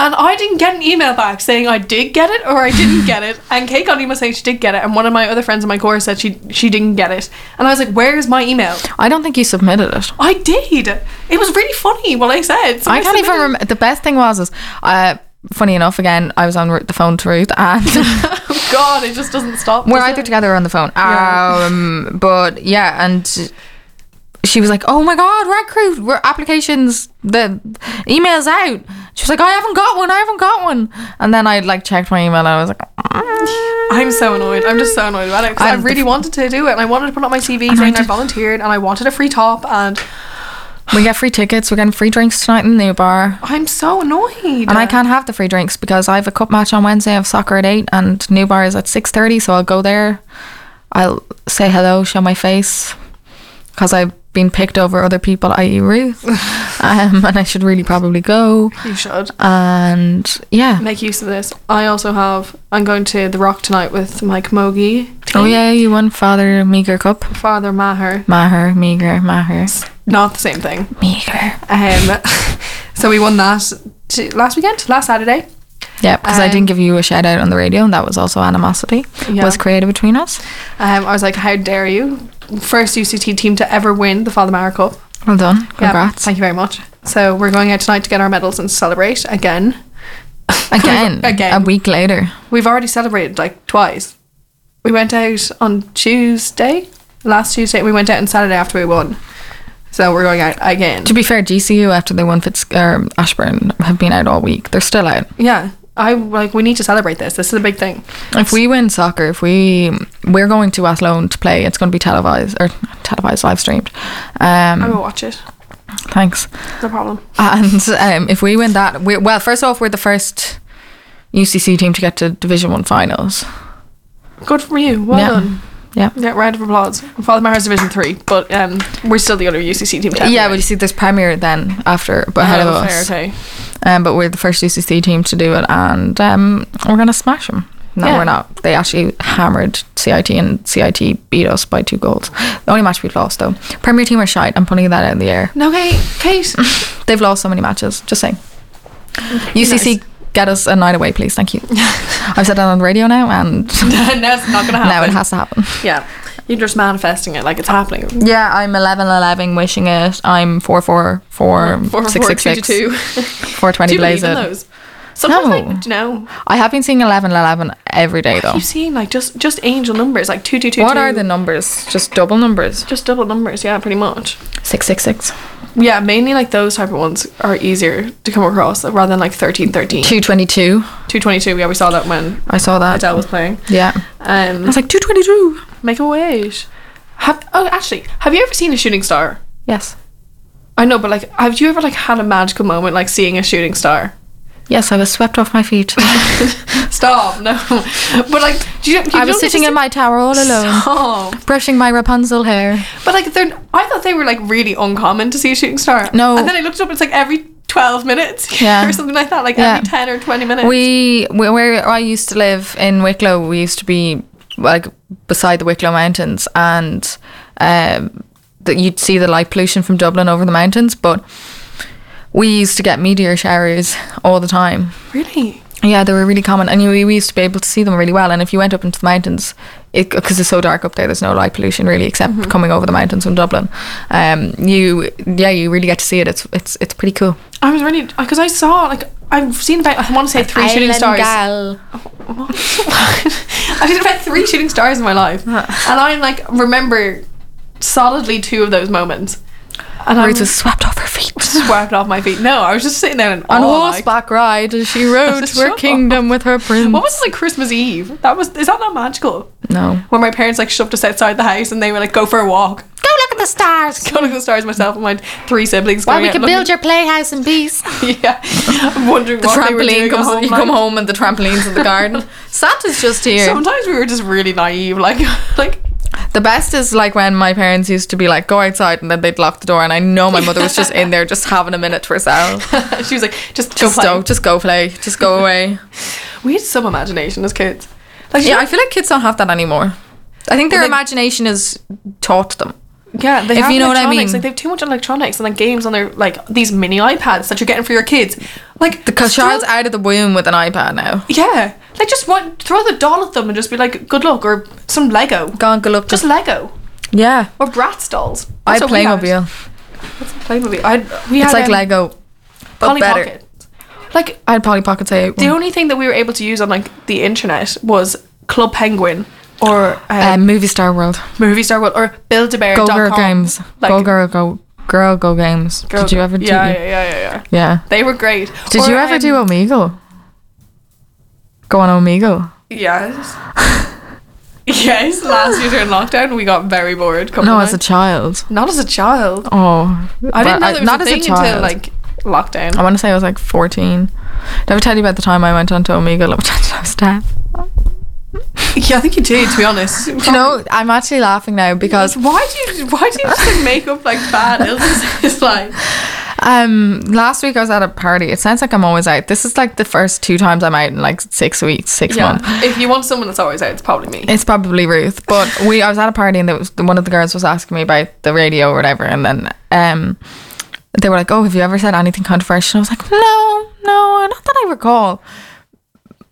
Speaker 3: And I didn't get an email back saying I did get it or I didn't get it. And Kate got an email saying she did get it. And one of my other friends in my course said she she didn't get it. And I was like, where's my email?
Speaker 2: I don't think you submitted it.
Speaker 3: I did. It was really funny what I said. So
Speaker 2: I can't even
Speaker 3: submitted-
Speaker 2: remember. The best thing was is, uh, funny enough, again, I was on Ru- the phone to Ruth and.
Speaker 3: Oh God, it just doesn't stop.
Speaker 2: We're
Speaker 3: does
Speaker 2: either
Speaker 3: it?
Speaker 2: together or on the phone.
Speaker 3: Yeah.
Speaker 2: Um, but yeah, and she was like, "Oh my god, Red Crew, we're applications, the emails out." She was like, "I haven't got one. I haven't got one." And then I like checked my email and I was like, "Mm."
Speaker 3: I'm so annoyed. I'm just so annoyed about it because I
Speaker 2: I'm the
Speaker 3: really
Speaker 2: f-
Speaker 3: wanted to do it and I wanted to put up my CV
Speaker 2: And I
Speaker 3: saying I,
Speaker 2: did-
Speaker 3: volunteered and I wanted a free top and
Speaker 2: "We get free tickets. We're getting free drinks tonight in the new bar."
Speaker 3: I'm so annoyed.
Speaker 2: And I can't have the free drinks because I have a cup match on Wednesday. I have soccer at eight, and new bar is at six thirty. So I'll go there. I'll say hello, show my face, because I've been picked over other people, i.e., Ruth, um, and I should really probably go.
Speaker 3: You should
Speaker 2: and yeah.
Speaker 3: make use of this. I also have. I'm going to the Rock tonight with Mike Mogi.
Speaker 2: Oh yeah, you won Father Meager Cup.
Speaker 3: Father Maher.
Speaker 2: Maher, Meager, Maher,
Speaker 3: Not the same thing.
Speaker 2: Meager.
Speaker 3: Um, so we won that t- last weekend, last Saturday.
Speaker 2: Yeah, because I
Speaker 3: Um,
Speaker 2: didn't give you a shout out on the radio, and that was also animosity
Speaker 3: Yeah.
Speaker 2: was created between us.
Speaker 3: Um, I was like, how dare you? First UCT team to ever win the Father Maher Cup.
Speaker 2: Well done,
Speaker 3: Yeah,
Speaker 2: congrats
Speaker 3: thank you very much. So we're going out tonight to get our medals and celebrate again.
Speaker 2: again.
Speaker 3: Again.
Speaker 2: a week later.
Speaker 3: We've already celebrated like twice. We went out on Tuesday, last Tuesday, and we went out on Saturday after we won. So we're going out again.
Speaker 2: To be fair, GCU after they won Fitz or Ashburn have been out all week. They're still out.
Speaker 3: Yeah, I like. We need to celebrate this. This is a big thing.
Speaker 2: If we win soccer, if we we're going to Athlone to play, it's going to be televised or televised live streamed.
Speaker 3: I
Speaker 2: Um,
Speaker 3: will watch it.
Speaker 2: thanks.
Speaker 3: No problem.
Speaker 2: And um, if we win that, we well, first off, we're the first UCC team to get to Division One finals.
Speaker 3: Good for you. Well
Speaker 2: Yeah.
Speaker 3: done.
Speaker 2: Yeah.
Speaker 3: Yeah, round of applause. Father Maher's Division Three, but um, we're still the other UCC team.
Speaker 2: Yeah,
Speaker 3: to ever
Speaker 2: but
Speaker 3: win.
Speaker 2: you see, there's Premier then after, but ahead of
Speaker 3: Oh, fair,
Speaker 2: us.
Speaker 3: Okay.
Speaker 2: Um, but we're the first UCC team to do it, and um, we're gonna smash them. No,
Speaker 3: Yeah.
Speaker 2: we're not. They actually hammered CIT, and CIT beat us by two goals. The only match we've lost, though. Premier team are shite. I'm putting that out in the air.
Speaker 3: No, Kate. Kate.
Speaker 2: They've lost so many matches. Just saying. UCC, get us a night away, please. Thank you. I've said that on the radio now, and
Speaker 3: no, it's not gonna happen.
Speaker 2: now it has to happen.
Speaker 3: Yeah, you're just manifesting it like it's happening.
Speaker 2: Yeah, I'm 11 11 wishing it. I'm 444
Speaker 3: Four, four, two, two,
Speaker 2: 666
Speaker 3: two.
Speaker 2: 420
Speaker 3: Do you believe
Speaker 2: blaze
Speaker 3: in
Speaker 2: it.
Speaker 3: those? Sometimes
Speaker 2: No.
Speaker 3: I, do you know,
Speaker 2: I have been seeing 11 11 every day though.
Speaker 3: you've seen like just just angel numbers like two, two, two,
Speaker 2: What
Speaker 3: two.
Speaker 2: are the numbers? Just double numbers.
Speaker 3: just double numbers? Yeah, pretty much.
Speaker 2: 666
Speaker 3: Yeah, mainly like those type of ones are easier to come across rather than like 13, 13.
Speaker 2: 222.
Speaker 3: 222, yeah, we saw that when
Speaker 2: I saw that.
Speaker 3: Adele was playing.
Speaker 2: Yeah. I
Speaker 3: Um,
Speaker 2: was like 222.
Speaker 3: make a wish. Have, oh, actually, have you ever seen a shooting star?
Speaker 2: Yes.
Speaker 3: I know, but like, have you ever like had a magical moment like seeing a shooting star?
Speaker 2: Yes, I was swept off my feet.
Speaker 3: Stop, no. but like, do you,
Speaker 2: I
Speaker 3: you don't get to
Speaker 2: was sitting
Speaker 3: see-
Speaker 2: in my tower all alone,
Speaker 3: Stop.
Speaker 2: brushing my Rapunzel hair.
Speaker 3: But like they're I thought they were like really uncommon to see a shooting star.
Speaker 2: No.
Speaker 3: And then I looked it up, it's like every twelve minutes
Speaker 2: Yeah.
Speaker 3: or something like that. Like
Speaker 2: Yeah.
Speaker 3: every ten or twenty minutes.
Speaker 2: We, we where I used to live in Wicklow, we used to be like beside the Wicklow Mountains, and um, that you'd see the light pollution from Dublin over the mountains. But we used to get meteor showers all the time.
Speaker 3: really?
Speaker 2: Yeah, they were really common, and we, we used to be able to see them really well. And if you went up into the mountains, because it's so dark up there, there's no light pollution really, except coming over the mountains from Dublin. Um, you yeah, you really get to see it. It's it's it's pretty cool.
Speaker 3: I was really because I saw like I've seen about I want to say three shooting stars. I've seen about three shooting stars in my life, and I like remember solidly two of those moments. And I
Speaker 2: Ruth
Speaker 3: was
Speaker 2: was swept off her feet.
Speaker 3: swept off my feet. No, I was just sitting there and
Speaker 2: On
Speaker 3: awe, like-
Speaker 2: horseback ride, as she rode to her
Speaker 3: Shut
Speaker 2: kingdom with her prince.
Speaker 3: What was it, like Christmas Eve? That was is that not magical?
Speaker 2: No.
Speaker 3: When my parents like shoved us outside the house and they were like, "Go for a walk."
Speaker 2: Go look at the stars.
Speaker 3: go look at the stars myself and my three siblings.
Speaker 2: Why
Speaker 3: going
Speaker 2: we
Speaker 3: out
Speaker 2: can
Speaker 3: looking-
Speaker 2: build your playhouse in peace. The
Speaker 3: yeah, I'm wondering what they were doing
Speaker 2: trampoline comes.
Speaker 3: at home.
Speaker 2: you
Speaker 3: like.
Speaker 2: come home and the trampoline's in the garden. Santa's just here.
Speaker 3: Sometimes we were just really naive, like like
Speaker 2: the best is like when my parents used to be like, "Go outside," and then they'd lock the door, and I know my mother was just in there, just having a minute to herself.
Speaker 3: she was like just go
Speaker 2: Just
Speaker 3: play.
Speaker 2: go, just go play, just go away.
Speaker 3: We had some imagination as kids. Like,
Speaker 2: Yeah, I feel like kids don't have that anymore. I think their
Speaker 3: Well, they-
Speaker 2: imagination is taught to them.
Speaker 3: Yeah, they
Speaker 2: If
Speaker 3: have
Speaker 2: you know what I
Speaker 3: electronics.
Speaker 2: mean.
Speaker 3: Like they have too much electronics and like games on their like these mini iPads that you're getting for your kids. Like
Speaker 2: The
Speaker 3: throw-
Speaker 2: child's out of the womb with an iPad now.
Speaker 3: Yeah, like just what throw the doll at them and just be like, "Good luck," or some Lego.
Speaker 2: Gone go look.
Speaker 3: Just
Speaker 2: Just
Speaker 3: Lego
Speaker 2: yeah.
Speaker 3: or Bratz dolls.
Speaker 2: I
Speaker 3: That's what we
Speaker 2: play
Speaker 3: had.
Speaker 2: mobile.
Speaker 3: Playmobil. I we
Speaker 2: It's
Speaker 3: had
Speaker 2: like
Speaker 3: um,
Speaker 2: Lego, but
Speaker 3: Polly
Speaker 2: better. Mm.
Speaker 3: Pocket. Like
Speaker 2: I had Polly Pockets. I um,
Speaker 3: the only thing that we were able to use on like the internet was Club Penguin or
Speaker 2: uh,
Speaker 3: um,
Speaker 2: movie star world.
Speaker 3: Movie Star World or Build a Bear.
Speaker 2: Go girl games. go girl go girl go games. Did you ever do?
Speaker 3: Yeah, yeah, yeah, yeah, yeah.
Speaker 2: Yeah.
Speaker 3: They were great.
Speaker 2: Did
Speaker 3: Or,
Speaker 2: you ever
Speaker 3: um,
Speaker 2: do Omegle? Go on Omegle.
Speaker 3: Yes. yes. Last year during lockdown, we got very bored.
Speaker 2: No, as a child.
Speaker 3: not as a child.
Speaker 2: Oh,
Speaker 3: I
Speaker 2: but
Speaker 3: didn't know there was
Speaker 2: not
Speaker 3: a
Speaker 2: as
Speaker 3: thing until
Speaker 2: child.
Speaker 3: like lockdown.
Speaker 2: I want to say I was like 14. Did I ever tell you about the time I went onto Omegle? I was I was 10.
Speaker 3: yeah, I think you did. To be honest,
Speaker 2: Do you know, I'm actually laughing now because
Speaker 3: why do you why do you just like, make up like bad illnesses? like
Speaker 2: um last week I was at a party. It sounds like I'm always out. This is like the first two times I'm out in like six weeks, six
Speaker 3: yeah,
Speaker 2: months.
Speaker 3: if you want someone that's always out, it's probably me.
Speaker 2: It's probably Ruth, but we I was at a party and there was one of the girls was asking me about the radio or whatever, and then um, they were like, "Oh, have you ever said anything controversial?" I was like, "No, no, not that I recall."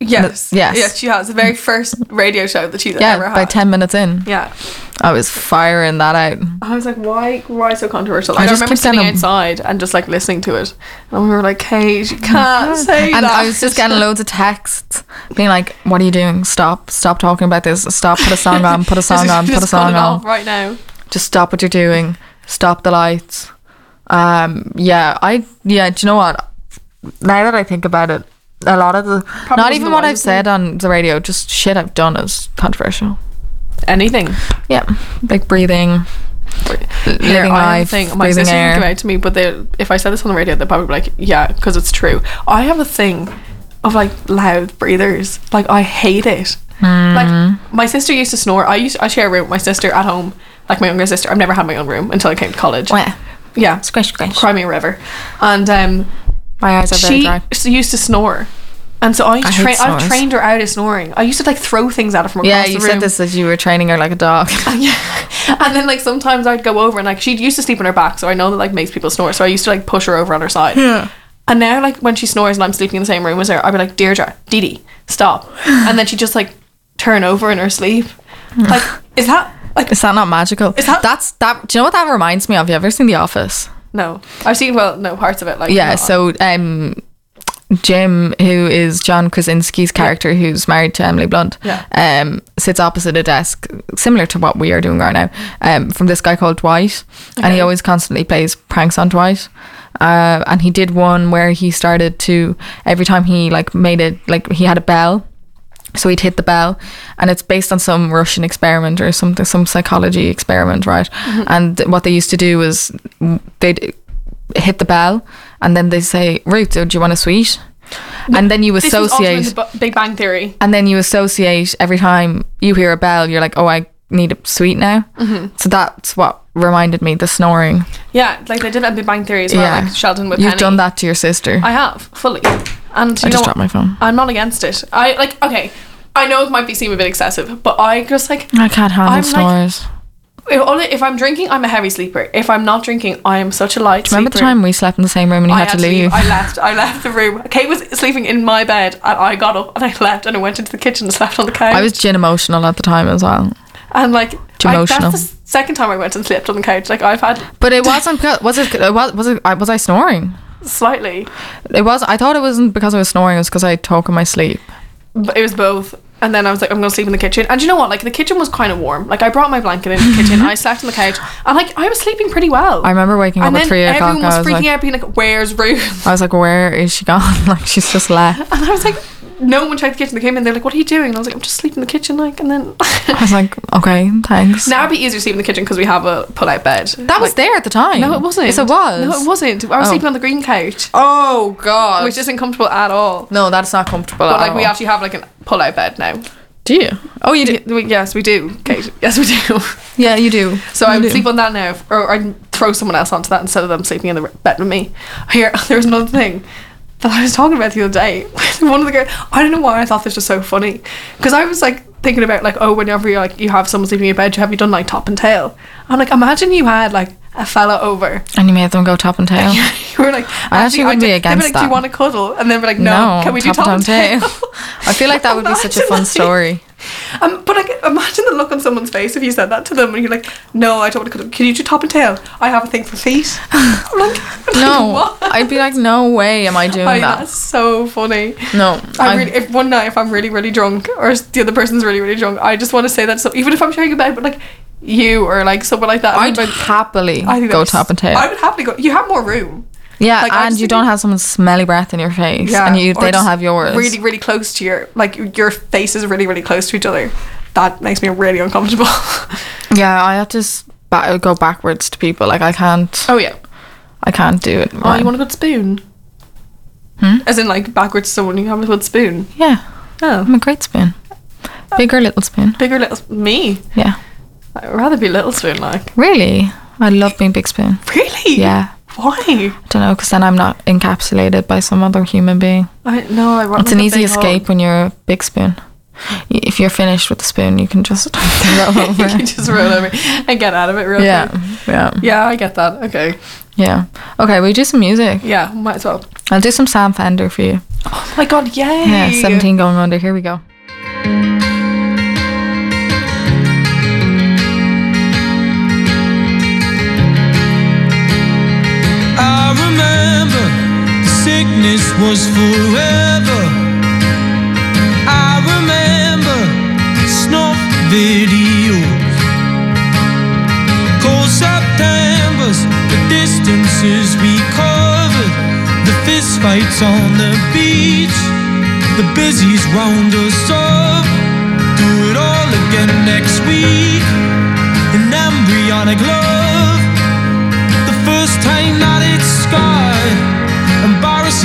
Speaker 3: yes,
Speaker 2: yes.
Speaker 3: yes, she has the very first radio show that she's
Speaker 2: Yeah,
Speaker 3: ever had.
Speaker 2: by ten minutes in,
Speaker 3: yeah,
Speaker 2: I was firing that out.
Speaker 3: I was like, why, why so controversial?
Speaker 2: I
Speaker 3: Like, I,
Speaker 2: just
Speaker 3: remember
Speaker 2: kept saying
Speaker 3: sitting
Speaker 2: I'm-
Speaker 3: outside and just like listening to it, and we were like, Kate, you can't say
Speaker 2: Oh and
Speaker 3: that.
Speaker 2: I was just getting loads of texts being like, "What are you doing? Stop! Stop talking about this! Stop! Put a song on! Put a
Speaker 3: Just-
Speaker 2: song on! Put a
Speaker 3: just cut
Speaker 2: song
Speaker 3: it
Speaker 2: on!
Speaker 3: off right now.
Speaker 2: Just stop what you're doing! Stop the lights!" Um, yeah, I yeah. Do you know what? Now that I think about it, a lot of the not
Speaker 3: wasn't
Speaker 2: even
Speaker 3: the
Speaker 2: what I've
Speaker 3: wisest thing.
Speaker 2: said on the radio, just shit I've done is controversial.
Speaker 3: Anything.
Speaker 2: Yeah, like breathing,
Speaker 3: Here,
Speaker 2: living
Speaker 3: I have a
Speaker 2: life,
Speaker 3: thing. My
Speaker 2: breathing
Speaker 3: sisters would come
Speaker 2: air.
Speaker 3: out to me, but they, if I said this on the radio, they'd probably be like, "Yeah, because it's true." I have a thing of like loud breathers. Like I hate it.
Speaker 2: Mm.
Speaker 3: Like my sister used to snore. I used I share a room with my sister at home. Like my younger sister. I've never had my own room until I came to college.
Speaker 2: Wah.
Speaker 3: Yeah,
Speaker 2: Squish, squish.
Speaker 3: cry me a river. And um,
Speaker 2: My eyes are very
Speaker 3: she
Speaker 2: dry.
Speaker 3: s- used to snore. And so I,
Speaker 2: I hate
Speaker 3: tra- I've
Speaker 2: snores.
Speaker 3: trained her out of snoring. I used to like throw things at her from across
Speaker 2: Yeah,
Speaker 3: the
Speaker 2: you
Speaker 3: room.
Speaker 2: said this as you were training her like a dog.
Speaker 3: Yeah. And then like sometimes I'd go over and like she used to sleep on her back, so I know that like makes people snore. So I used to like push her over on her side. Yeah. And now like when she snores and I'm sleeping in the same room as her, I'd be like, Deirdre, Dee Dee, stop. And then she just like turn over in her sleep. Like, is that like
Speaker 2: Is that not magical?
Speaker 3: Is that-
Speaker 2: That's that. Do you know what that reminds me of? You ever seen The Office?
Speaker 3: no. I've seen well, no, parts of it like
Speaker 2: Oh, Yeah.
Speaker 3: not-
Speaker 2: So, um, Jim, who is John Krasinski's character, who's married to Emily Blunt,
Speaker 3: Yeah.
Speaker 2: um, sits opposite a desk similar to what we are doing right now, um, from this guy called Dwight, and he always constantly plays pranks on Dwight. Uh, and he did one where he started to every time he like made it like he had a bell so he'd hit the bell, and it's based on some Russian experiment or something, some psychology experiment, right? And what they used to do was mm, they'd hit the bell, and then they say, "Ruth, do you want a sweet?" And then you
Speaker 3: this was also in
Speaker 2: associate,
Speaker 3: the Bu- Big Bang Theory.
Speaker 2: and then you associate every time you hear a bell, you're like, "Oh, I need a sweet now."
Speaker 3: Mm-hmm.
Speaker 2: So that's what reminded me the snoring.
Speaker 3: Yeah, like they did that in Big Bang Theory as well,
Speaker 2: yeah,
Speaker 3: like Sheldon with
Speaker 2: you've
Speaker 3: Penny.
Speaker 2: done that to your sister.
Speaker 3: I have, fully. And you
Speaker 2: I
Speaker 3: know
Speaker 2: just
Speaker 3: what?
Speaker 2: dropped my phone.
Speaker 3: I'm not against it. I like okay. I know it might be seem a bit excessive, but I just like
Speaker 2: I can't handle
Speaker 3: I'm like-
Speaker 2: snores.
Speaker 3: if, only, if I'm drinking, I'm a heavy sleeper. If I'm not drinking, I am such a light. Do
Speaker 2: Remember the time we slept in the same room and you
Speaker 3: I
Speaker 2: had, to
Speaker 3: actually-
Speaker 2: leave?
Speaker 3: I left. I left the room. Kate was sleeping in my bed, and I got up and I left and I went into the kitchen and slept on the couch.
Speaker 2: I was gin emotional at the time as well.
Speaker 3: and like
Speaker 2: too
Speaker 3: I-
Speaker 2: emotional.
Speaker 3: that's the second time I went and slept on the couch. Like I've had
Speaker 2: But it wasn't. because- Was it? it Was was it? I- Was I snoring?
Speaker 3: slightly,
Speaker 2: It was. I thought it wasn't because I was snoring. It was because I talk in my sleep.
Speaker 3: but it was both. And then I was like, I'm gonna sleep in the kitchen. And you know what? Like the kitchen was kind of warm. Like I brought my blanket in the kitchen. I slept on the couch, and like I was sleeping pretty well.
Speaker 2: I remember waking
Speaker 3: and
Speaker 2: up at
Speaker 3: then
Speaker 2: three o'clock.
Speaker 3: everyone
Speaker 2: and I
Speaker 3: was
Speaker 2: was
Speaker 3: freaking
Speaker 2: like,
Speaker 3: out, being like, "Where's Ruth?"
Speaker 2: I was like, where is she gone? like she's just left.
Speaker 3: And I was like, no one checked the kitchen. They came in. They're like, what are you doing? And I was like, I'm just sleeping in the kitchen. Like, and then
Speaker 2: I was like, okay, thanks.
Speaker 3: now it'd be easier to sleep in the kitchen because we have a pull-out bed.
Speaker 2: that was
Speaker 3: Like-
Speaker 2: there at the time.
Speaker 3: No, it wasn't.
Speaker 2: Yes, it was.
Speaker 3: No, it wasn't. I was
Speaker 2: Oh.
Speaker 3: sleeping on the green couch,
Speaker 2: Oh god.
Speaker 3: which isn't comfortable at all.
Speaker 2: no, that's not comfortable.
Speaker 3: But
Speaker 2: at
Speaker 3: like, we
Speaker 2: all.
Speaker 3: actually have like a pull-out bed now.
Speaker 2: do you? Oh, you do.
Speaker 3: Y- we- Yes, we do, Kate. Yes, we do.
Speaker 2: Yeah, you do.
Speaker 3: So I
Speaker 2: You
Speaker 3: would
Speaker 2: do.
Speaker 3: sleep on that now, or I'd throw someone else onto that instead of them sleeping in the bed with me. Here, there was another thing that I was talking about the other day. One of the girls, I don't know why I thought this was so funny, because I was like thinking about like oh whenever you're like you have someone sleeping in your bed you have you done like top and tail I'm like imagine you had like a fella over
Speaker 2: And you made them go top and tail.
Speaker 3: you were like
Speaker 2: Oh. I actually wouldn't
Speaker 3: do-
Speaker 2: be
Speaker 3: they'd
Speaker 2: against
Speaker 3: like, do you
Speaker 2: that.
Speaker 3: want to cuddle and then we're like no, can we do top, and tail,
Speaker 2: I feel like that would be such a
Speaker 3: Imagine
Speaker 2: fun
Speaker 3: that.
Speaker 2: story.
Speaker 3: Um, but like, imagine the look on someone's face if you said that to them and you're like no I don't want to cuddle can you do top and tail I have a thing for feet I'm like
Speaker 2: No,
Speaker 3: what?
Speaker 2: I'd be like, no way am I doing
Speaker 3: I-
Speaker 2: that.
Speaker 3: that's so funny
Speaker 2: No,
Speaker 3: I
Speaker 2: I'm-
Speaker 3: really, if one night if I'm really really drunk or s- the other person's really really drunk, I just want to say that. So even if I'm sharing a bed, but like you or like someone like that,
Speaker 2: I'd
Speaker 3: like,
Speaker 2: happily
Speaker 3: think
Speaker 2: go
Speaker 3: that's-
Speaker 2: top and tail.
Speaker 3: I would happily go. You have more room,
Speaker 2: yeah,
Speaker 3: like, I
Speaker 2: and
Speaker 3: just
Speaker 2: you
Speaker 3: think-
Speaker 2: don't have someone's smelly breath in your face, and you
Speaker 3: or
Speaker 2: they don't
Speaker 3: just
Speaker 2: have yours.
Speaker 3: Really really close to your like your face is really really close to each other. That makes me really uncomfortable.
Speaker 2: Yeah, I have to s- ba- go backwards to people. Like I can't,
Speaker 3: oh yeah.
Speaker 2: I can't do it.
Speaker 3: Oh,
Speaker 2: right.
Speaker 3: you want a good spoon?
Speaker 2: Hmm?
Speaker 3: As in like backwards to someone you have a good spoon.
Speaker 2: yeah,
Speaker 3: Oh,
Speaker 2: I'm a great spoon, big or little spoon.
Speaker 3: bigger little me.
Speaker 2: Yeah,
Speaker 3: I'd rather be little spoon like.
Speaker 2: really, I love being big spoon.
Speaker 3: Really?
Speaker 2: Yeah,
Speaker 3: Why?
Speaker 2: I don't know, because then I'm not encapsulated by some other human being.
Speaker 3: I no. I want
Speaker 2: It's an easy escape when you're a big spoon. Y- If you're finished with the spoon, you can just roll
Speaker 3: you
Speaker 2: over.
Speaker 3: can just roll over and get out of it real quick.
Speaker 2: yeah, yeah,
Speaker 3: Yeah, I get that. Okay.
Speaker 2: yeah. Okay, we do some music.
Speaker 3: Yeah, might as well.
Speaker 2: I'll do some Sam Fender for you.
Speaker 3: Oh my god, yay!
Speaker 2: Yeah, 17 going under. Here we go.
Speaker 5: I remember the sickness was forever. I remember snuff videos. Cold September's, the distances we covered, the fist fights on the beach, the busies round us up. Do it all again next week. An embryonic love the first time that it's scarred. Embarrass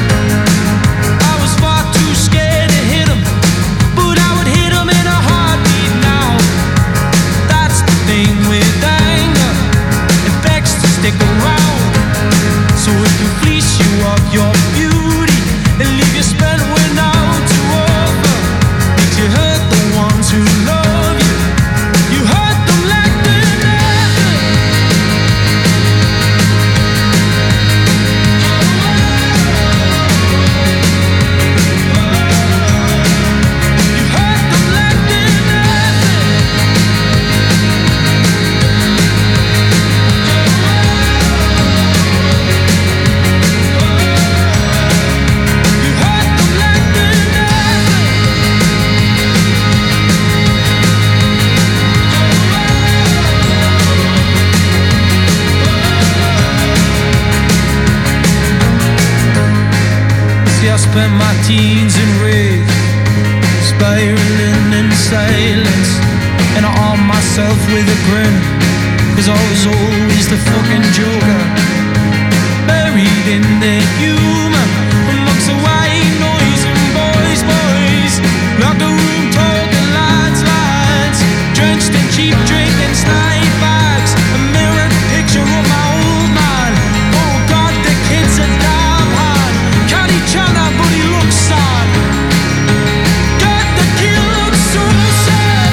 Speaker 5: I was far too scared to hit 'em, but I would hit 'em in a heartbeat now. That's the thing with anger, it begs to stick around. So it can fleece you of your beauty and leave you spent when out to over. Did you hurt the ones who love you? You hurt them like they You hurt them like they You hurt them like they See, I spent my teens in rage, spiraling in silence, and I armed myself with a grin, cause I was always the fucking joker. Buried in the humor, amongst the white noise and boys, boys, locker room talk and lines, lines, drenched in cheap drink and snide vibes, a mirrored picture of my old man. Oh God, the kid's a damn hard, can't he try that, but he looks sad. God, the kid looks so sad.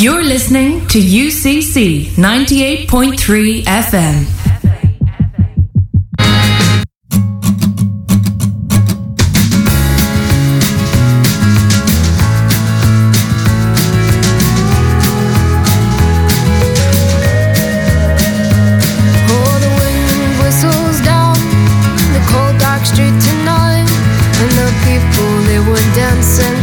Speaker 6: You're listening to UCC 98.3 FM.
Speaker 7: Oh, the wind whistles down the cold dark street tonight, and the people they were dancing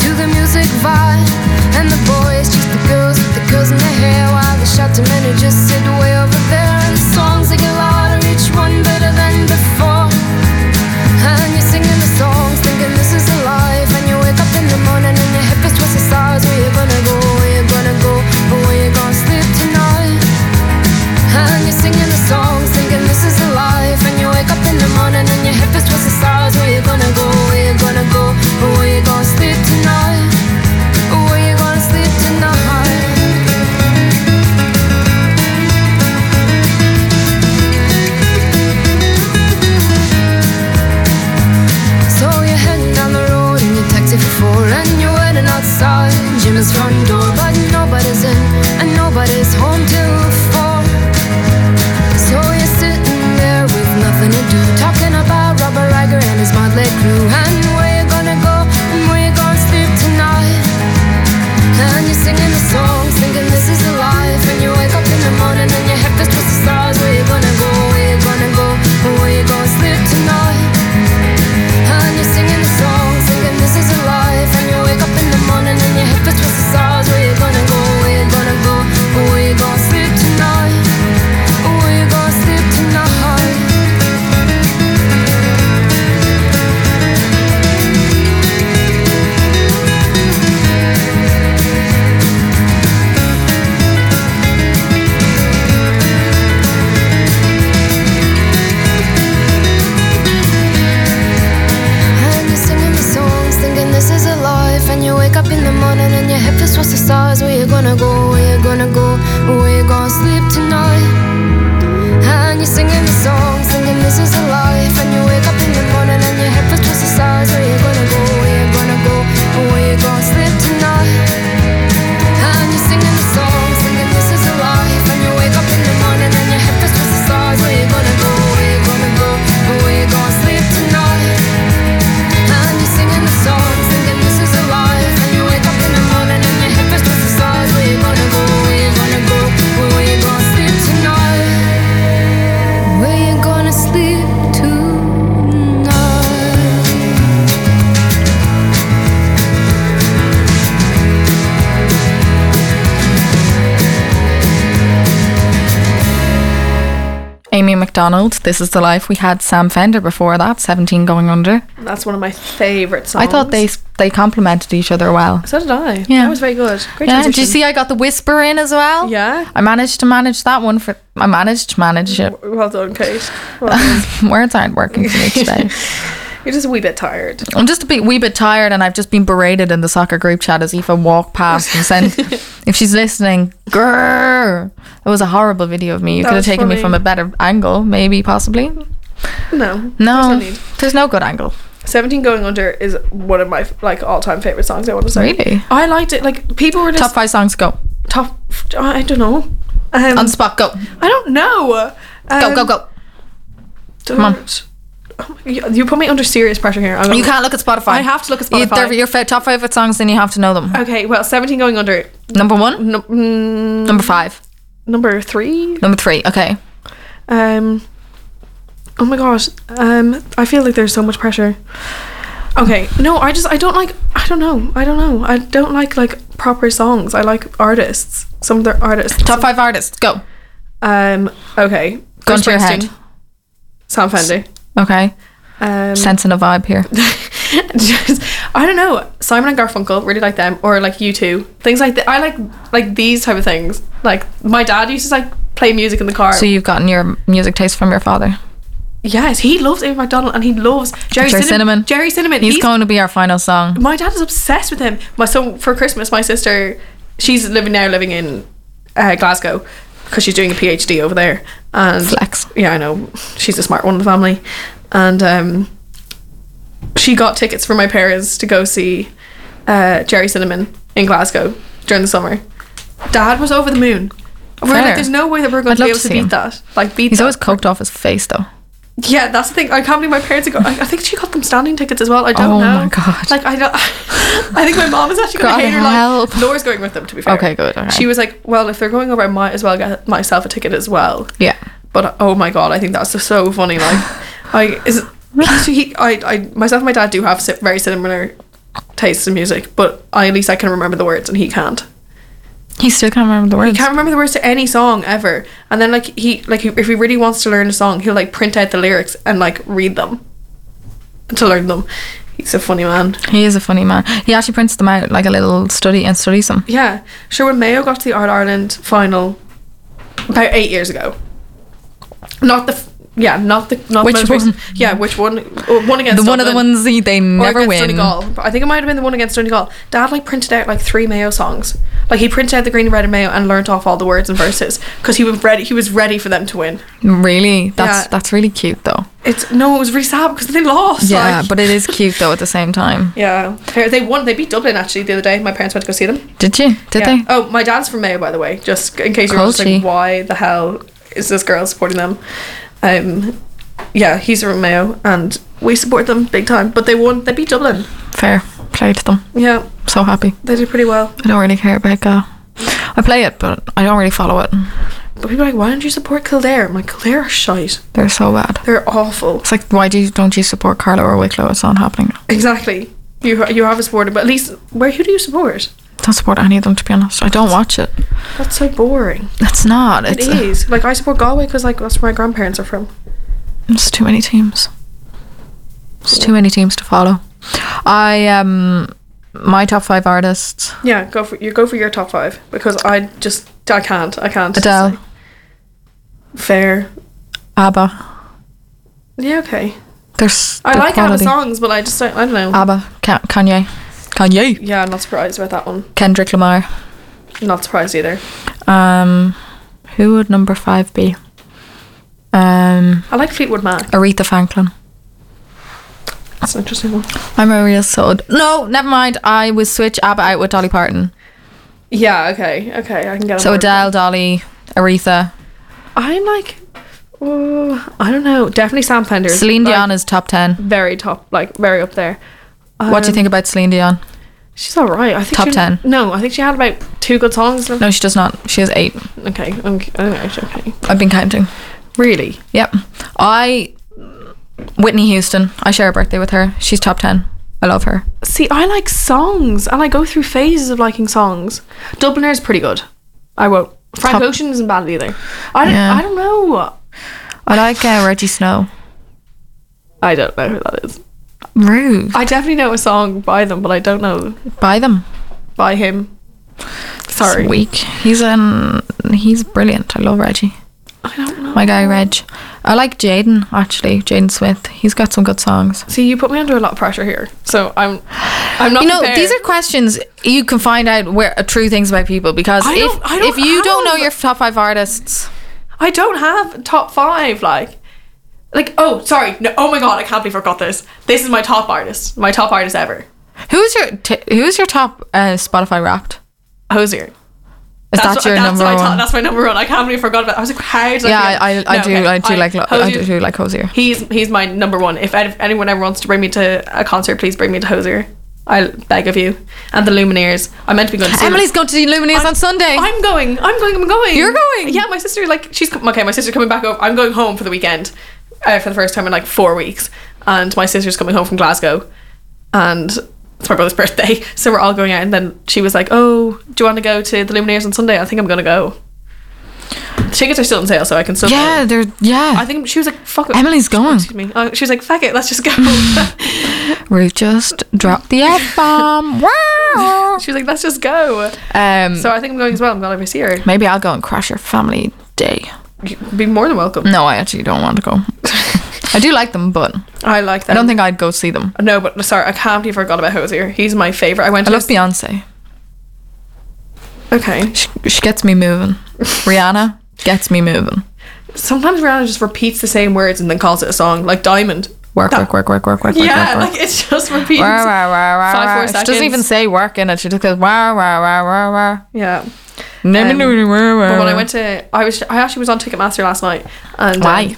Speaker 7: to the music vibe, and the boys just the girls with the girls in their hair, while the shouting men who just sit way over there, and the songs they get louder, each one better than before. And you're singing the songs, thinking this is a life. And you wake up in the morning and your hip is twisted stars. Where you gonna go? Where you gonna go? But where you gonna sleep tonight? And you're singing the songs, thinking this is a life. And you wake up in the morning and your hip is twisted stars. Where you gonna go? Where you gonna go? But where you gonna sleep tonight? Where you gonna sleep tonight? So you're heading down the road in your taxi for four And you're waiting outside Jim's front door But nobody's in and nobody's home till four So you're sitting there with nothing to do Talking about Robert Riger and his motley crew And where you gonna go and where you gonna sleep tonight and you're singing the songs, thinking this is a life. And you wake up in the morning and your head is twisted stars. Where you gonna go? Where you gonna go? Where you gonna sleep tonight? And you're singing the songs, thinking this is a life. And you wake up in the morning and your head is twisted stars. Where you gonna go? Where you gonna go? Where you gonna sleep tonight? Where you gonna sleep tonight? And you're singing the songs, thinking this is a life. And you wake up in the morning and your head feels what's the stars. Where you gonna go? Where you gonna go? Where you gonna sleep tonight? And you're singing the songs, thinking this is a life. And you wake up in the morning and your head feels what's the stars. Where you gonna go? Where you gonna go? Where you gonna sleep tonight? And you're singing the songs, thinking this is a life. And you wake up in the morning and your head feels what's the stars. Where you gonna go? Where you gonna go? Where you gonna sleep tonight? And you're singing the songs, thinking this is a life. And you wake up in the morning and your head feels what's the stars. Where you gonna go? Where you gonna go? Where you gonna sleep tonight? Where you gonna sleep tonight?
Speaker 2: Amy McDonald, This Is the Life. We had Sam Fender before that, 17 Going Under.
Speaker 3: That's one of my favourite songs.
Speaker 2: I thought they they complemented each other well.
Speaker 3: So did I.
Speaker 2: Yeah.
Speaker 3: That was very good. Great
Speaker 2: Yeah, did you
Speaker 3: transition.
Speaker 2: see I got the whisper in as well?
Speaker 3: Yeah.
Speaker 2: I managed to manage that one for. I managed to manage it.
Speaker 3: Well done, Kate. Well done.
Speaker 2: Words aren't working for me today.
Speaker 3: You're just a wee bit tired.
Speaker 2: I'm just a bit, wee bit tired, and I've just been berated in the soccer group chat as Aoife walked past and sent. if she's listening, grrr. It was a horrible video of me. You
Speaker 3: That
Speaker 2: could have
Speaker 3: was
Speaker 2: taken me
Speaker 3: funny.
Speaker 2: from a better angle, maybe, possibly.
Speaker 3: No.
Speaker 2: No,
Speaker 3: There's no need.
Speaker 2: there's no good angle.
Speaker 3: 17 Going Under is one of my like all-time favorite songs, I want to say.
Speaker 2: Really?
Speaker 3: I liked it. Like people were
Speaker 2: Top
Speaker 3: just
Speaker 2: five songs go.
Speaker 3: top, I don't know. Um,
Speaker 2: On spot, go.
Speaker 3: I don't know. Um,
Speaker 2: Go, go, go.
Speaker 3: Come
Speaker 2: on.
Speaker 3: oh You put me under serious pressure here. I'm gonna-
Speaker 2: You can't look at Spotify.
Speaker 3: I have to look at
Speaker 2: You-
Speaker 3: Spotify. Uh,
Speaker 2: they're your fa- top favorite songs, then you have to know them.
Speaker 3: Okay, well, 17 Going Under,
Speaker 2: Number one,
Speaker 3: num- mm,
Speaker 2: number five,
Speaker 3: number three.
Speaker 2: number three. Okay.
Speaker 3: Um, oh my gosh. Um, I feel like there's so much pressure. Okay, no, I just I don't like I don't know I don't know I don't like like proper songs. I like artists. Some of their artists.
Speaker 2: Top five artists, go.
Speaker 3: Um. Okay.
Speaker 2: Gun
Speaker 3: Bruce
Speaker 2: to your head.
Speaker 3: Springsteen, Sam Fender.
Speaker 2: Okay.
Speaker 3: Um,
Speaker 2: Sensing a vibe here.
Speaker 3: just- I don't know. Simon and Garfunkel really like them, or like you two things like that. I like like these type of things. Like my dad used to like play music in the car.
Speaker 2: So you've gotten your music taste from your father.
Speaker 3: yes, he loves Amy McDonald and he loves Jerry,
Speaker 2: Jerry
Speaker 3: Cinnam-
Speaker 2: Cinnamon.
Speaker 3: Jerry Cinnamon.
Speaker 2: He's going to be our final song.
Speaker 3: My dad is obsessed with him. My so for Christmas, my sister, she's living now living in uh, Glasgow because she's doing a PhD over there. And
Speaker 2: Flex.
Speaker 3: yeah, I know she's a smart one in the family, and um, she got tickets for my parents to go see uh, Jerry Cinnamon in Glasgow during the summer. Dad was over the moon. We We're
Speaker 2: Fair.
Speaker 3: like, there's no way that we're going
Speaker 2: I'd
Speaker 3: to be
Speaker 2: love
Speaker 3: able
Speaker 2: to
Speaker 3: to
Speaker 2: see
Speaker 3: beat
Speaker 2: him.
Speaker 3: that. Like beat.
Speaker 2: He's
Speaker 3: that.
Speaker 2: always coked off his face though.
Speaker 3: Yeah, that's the thing. I can't believe my parents got. I, I think she got them standing tickets as well. I don't
Speaker 2: Oh
Speaker 3: know.
Speaker 2: my God.
Speaker 3: Like I don't. I think my mom is actually going
Speaker 2: God
Speaker 3: to hate her life.
Speaker 2: help.
Speaker 3: Laura's going with them. To be fair.
Speaker 2: Okay, good, okay.
Speaker 3: She was like, well, if they're going over, I might as well get myself a ticket as well.
Speaker 2: Yeah.
Speaker 3: But oh my god, I think that's just so funny. Like, I is he, he- I I myself and my dad do have si- very similar tastes in music, but I at least I can remember the words and he can't.
Speaker 2: He still can't remember the words.
Speaker 3: Can't remember the words to any song ever. And then like he like he- if he really wants to learn a song, he'll like print out the lyrics and like read them to learn them. He's a funny man.
Speaker 2: He is a funny man. He actually prints them out like a little study and studies them.
Speaker 3: Yeah, sure. When Mayo got to the Art Ireland final about eight years ago, not the f- yeah, not the not
Speaker 2: Which
Speaker 3: the most
Speaker 2: one?
Speaker 3: recent- yeah, which one? Uh, One against
Speaker 2: The one of the
Speaker 3: Dublin.
Speaker 2: ones he, they
Speaker 3: Or
Speaker 2: never
Speaker 3: against
Speaker 2: win.
Speaker 3: Donegal. I think it might have been the one against Donegal. Dad like printed out like three Mayo songs. Like he printed out the green, red, and Mayo and learnt off all the words and verses because he was ready. He was ready for them to win.
Speaker 2: Really, that's
Speaker 3: Yeah.
Speaker 2: that's really cute though.
Speaker 3: It's no, it was really sad because they lost.
Speaker 2: Yeah,
Speaker 3: like-
Speaker 2: but it is cute though at the same time.
Speaker 3: yeah, They- they won. They beat Dublin actually the other day. My parents went to go see them.
Speaker 2: Did you? Did
Speaker 3: Yeah.
Speaker 2: they?
Speaker 3: Oh, my dad's from Mayo, by the way. Just in case you're just
Speaker 2: Culty.
Speaker 3: like, why the hell is this girl supporting them? Um, yeah, he's from Mayo, and we support them big time. But they won. They beat Dublin.
Speaker 2: Fair play to them.
Speaker 3: Yeah,
Speaker 2: So happy.
Speaker 3: they did pretty well.
Speaker 2: I don't really care about Go. I play it, but I don't really follow it.
Speaker 3: But people are like, why don't you support Kildare? I'm like, Kildare are shite.
Speaker 2: They're so bad.
Speaker 3: They're awful.
Speaker 2: It's like, why do you, don't you support Carlo or Wicklow? It's not happening.
Speaker 3: Exactly. You you have a supporter, but at least where who do you support?
Speaker 2: Don't support any of them, to be honest. I don't watch it.
Speaker 3: That's so boring.
Speaker 2: It's not.
Speaker 3: It
Speaker 2: It's,
Speaker 3: is like I support Galway because like that's where my grandparents are from.
Speaker 2: it's too many teams. It's too many teams to follow. I um, my top five artists:
Speaker 3: Yeah, go for you go for your top five because I just I can't I can't.
Speaker 2: Adele,
Speaker 3: Fair.
Speaker 2: ABBA.
Speaker 3: Yeah. Okay.
Speaker 2: There's
Speaker 3: I
Speaker 2: the
Speaker 3: like ABBA
Speaker 2: quality. Uh,
Speaker 3: songs, but I just don't. I don't know.
Speaker 2: ABBA, Ka- Kanye, Kanye,
Speaker 3: yeah, I'm not surprised about that one.
Speaker 2: Kendrick Lamar.
Speaker 3: Not surprised either.
Speaker 2: Um, who would number five be? Um,
Speaker 3: I like Fleetwood Mac.
Speaker 2: Aretha Franklin.
Speaker 3: That's an interesting one.
Speaker 2: I'm a real sod. No, never mind. I would switch ABBA out with Dolly Parton.
Speaker 3: Yeah. Okay. Okay. I can get. on
Speaker 2: So
Speaker 3: board with
Speaker 2: Adele, Dolly, Aretha,
Speaker 3: I'm like, ooh, I don't know. Definitely Sam Fender.
Speaker 2: Celine
Speaker 3: like,
Speaker 2: Dion is top ten.
Speaker 3: very top, like very up there.
Speaker 2: what do you
Speaker 3: Um,
Speaker 2: think about Celine Dion?
Speaker 3: She's all right. I think
Speaker 2: Top
Speaker 3: she-
Speaker 2: 10.
Speaker 3: No, I think she had about two good songs.
Speaker 2: No, she does not. She has eight.
Speaker 3: Okay. Okay. Okay. okay.
Speaker 2: I've been counting.
Speaker 3: Really?
Speaker 2: Yep. I Whitney Houston. I share a birthday with her. She's top ten. I love her.
Speaker 3: See, I like songs, and I go through phases of liking songs. Dubliner is pretty good. I won't. Frank
Speaker 2: Top-
Speaker 3: Ocean isn't bad either. I don't.
Speaker 2: Yeah.
Speaker 3: I don't know.
Speaker 2: I like uh, Reggie Snow.
Speaker 3: I don't know who that is.
Speaker 2: Rude.
Speaker 3: I definitely know a song by them, but I don't know
Speaker 2: Buy them.
Speaker 3: by him. Sorry.
Speaker 2: It's weak. He's an he's brilliant. I love Reggie.
Speaker 3: I don't know.
Speaker 2: My guy Reg. I like Jaden actually. Jaden Smith. He's got some good songs.
Speaker 3: See, you put me under a lot of pressure here, so I'm. I'm not.
Speaker 2: you know,
Speaker 3: prepared.
Speaker 2: these are questions you can find out where uh, true things about people because
Speaker 3: I
Speaker 2: if
Speaker 3: don't- I don't
Speaker 2: if you don't know
Speaker 3: have-
Speaker 2: your top five artists,
Speaker 3: I don't have top five. Like, like oh sorry, no, oh my god, I can't believe I forgot this. This is my top artist, my top artist ever,
Speaker 2: who's your t- who's your top uh, Spotify Wrapped?
Speaker 3: Hosier.
Speaker 2: Is that
Speaker 3: what-
Speaker 2: your number
Speaker 3: my
Speaker 2: one?
Speaker 3: top- that's my number one. I can't believe I forgot about. It. I was like, how did
Speaker 2: yeah,
Speaker 3: I?
Speaker 2: I, I, I
Speaker 3: forget? No,
Speaker 2: do
Speaker 3: okay.
Speaker 2: I do like lo- I
Speaker 3: Hosier-
Speaker 2: do like Hosier.
Speaker 3: He's he's my number one. If any- if anyone ever wants to bring me to a concert, please bring me to Hosier. I beg of you. And the Lumineers. I meant to be going to. see them.
Speaker 2: Emily's going to the Lumineers on Sunday.
Speaker 3: I'm going. I'm going. I'm going.
Speaker 2: You're going?
Speaker 3: Yeah, my sister like she's com- okay. My sister's coming back over. I'm going home for the weekend uh, for the first time in like four weeks, and my sister's coming home from Glasgow, and it's my brother's birthday, so we're all going out. And then she was like, "Oh, do you want to go to the Lumineers on Sunday? I think I'm gonna go." The tickets are still on sale, so I can still.
Speaker 2: yeah,
Speaker 3: go.
Speaker 2: they're yeah.
Speaker 3: I think she was like, "Fuck." it."
Speaker 2: Emily's going.
Speaker 3: Excuse me. Uh, she was like, "Fuck it, let's just go."
Speaker 2: Ruth just dropped the F bomb. wow.
Speaker 3: she was like, "Let's just go."
Speaker 2: Um,
Speaker 3: So I think I'm going as well. I'm going over see her.
Speaker 2: maybe I'll go and crash your family day.
Speaker 3: You'd be more than welcome.
Speaker 2: No, I actually don't want to go. I do like them, but
Speaker 3: I like that.
Speaker 2: I don't think I'd go see them.
Speaker 3: No, but sorry, I can't believe I forgot about Hosier. He's my favorite. I went
Speaker 2: I
Speaker 3: to
Speaker 2: love
Speaker 3: his,
Speaker 2: Beyonce.
Speaker 3: okay.
Speaker 2: She, she gets me moving. Rihanna gets me moving.
Speaker 3: Sometimes Rihanna just repeats the same words and then calls it a song, like Diamond.
Speaker 2: work, work, work, work, work, work, work,
Speaker 3: yeah,
Speaker 2: work, work.
Speaker 3: like it's just repeats.
Speaker 2: Wah, wah, wah, wah,
Speaker 3: Five,
Speaker 2: wah.
Speaker 3: four
Speaker 2: She doesn't even
Speaker 3: seconds.
Speaker 2: say work in it. She just goes wah wah wah wah wah.
Speaker 3: Yeah.
Speaker 2: Nimmy,
Speaker 3: Um,
Speaker 2: nimmy, wah, wah,
Speaker 3: But when I
Speaker 2: wah.
Speaker 3: went to, I was, I actually was on Ticketmaster last night. And um,
Speaker 2: why?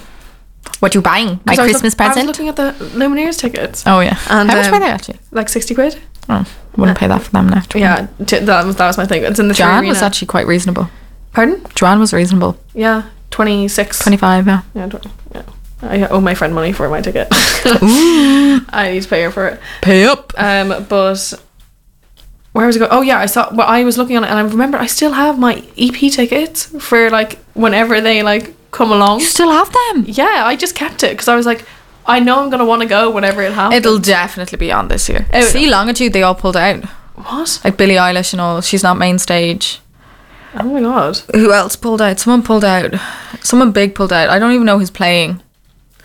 Speaker 2: What you buying? My
Speaker 3: 'cause I was
Speaker 2: Christmas
Speaker 3: look- I was
Speaker 2: present?
Speaker 3: looking at the Lumineers tickets,
Speaker 2: Oh yeah.
Speaker 3: And,
Speaker 2: How much
Speaker 3: um,
Speaker 2: were they actually?
Speaker 3: like sixty quid.
Speaker 2: Oh, wouldn't pay that for them now.
Speaker 3: Yeah, t- that was that was my thing. It's in the
Speaker 2: Joanne
Speaker 3: Three
Speaker 2: was
Speaker 3: Arena.
Speaker 2: actually quite reasonable.
Speaker 3: Pardon?
Speaker 2: Joanne was reasonable.
Speaker 3: Yeah, twenty six.
Speaker 2: Twenty five. Yeah.
Speaker 3: Yeah, tw- yeah. I owe my friend money for my ticket. I need to pay her for it.
Speaker 2: Pay up.
Speaker 3: Um, but where was it going? Oh yeah, I saw. Well, I was looking on it, and I remember I still have my EP tickets for like whenever they like come along.
Speaker 2: You still have them.
Speaker 3: Yeah, I just kept it because I was like, I know I'm gonna want to go whenever it happens.
Speaker 2: It'll definitely be on this year.
Speaker 3: Oh,
Speaker 2: See, longitude they all pulled out.
Speaker 3: what?
Speaker 2: Like Billie Eilish and all. She's not main stage.
Speaker 3: Oh my god.
Speaker 2: Who else pulled out? Someone pulled out. Someone big pulled out. I don't even know who's playing,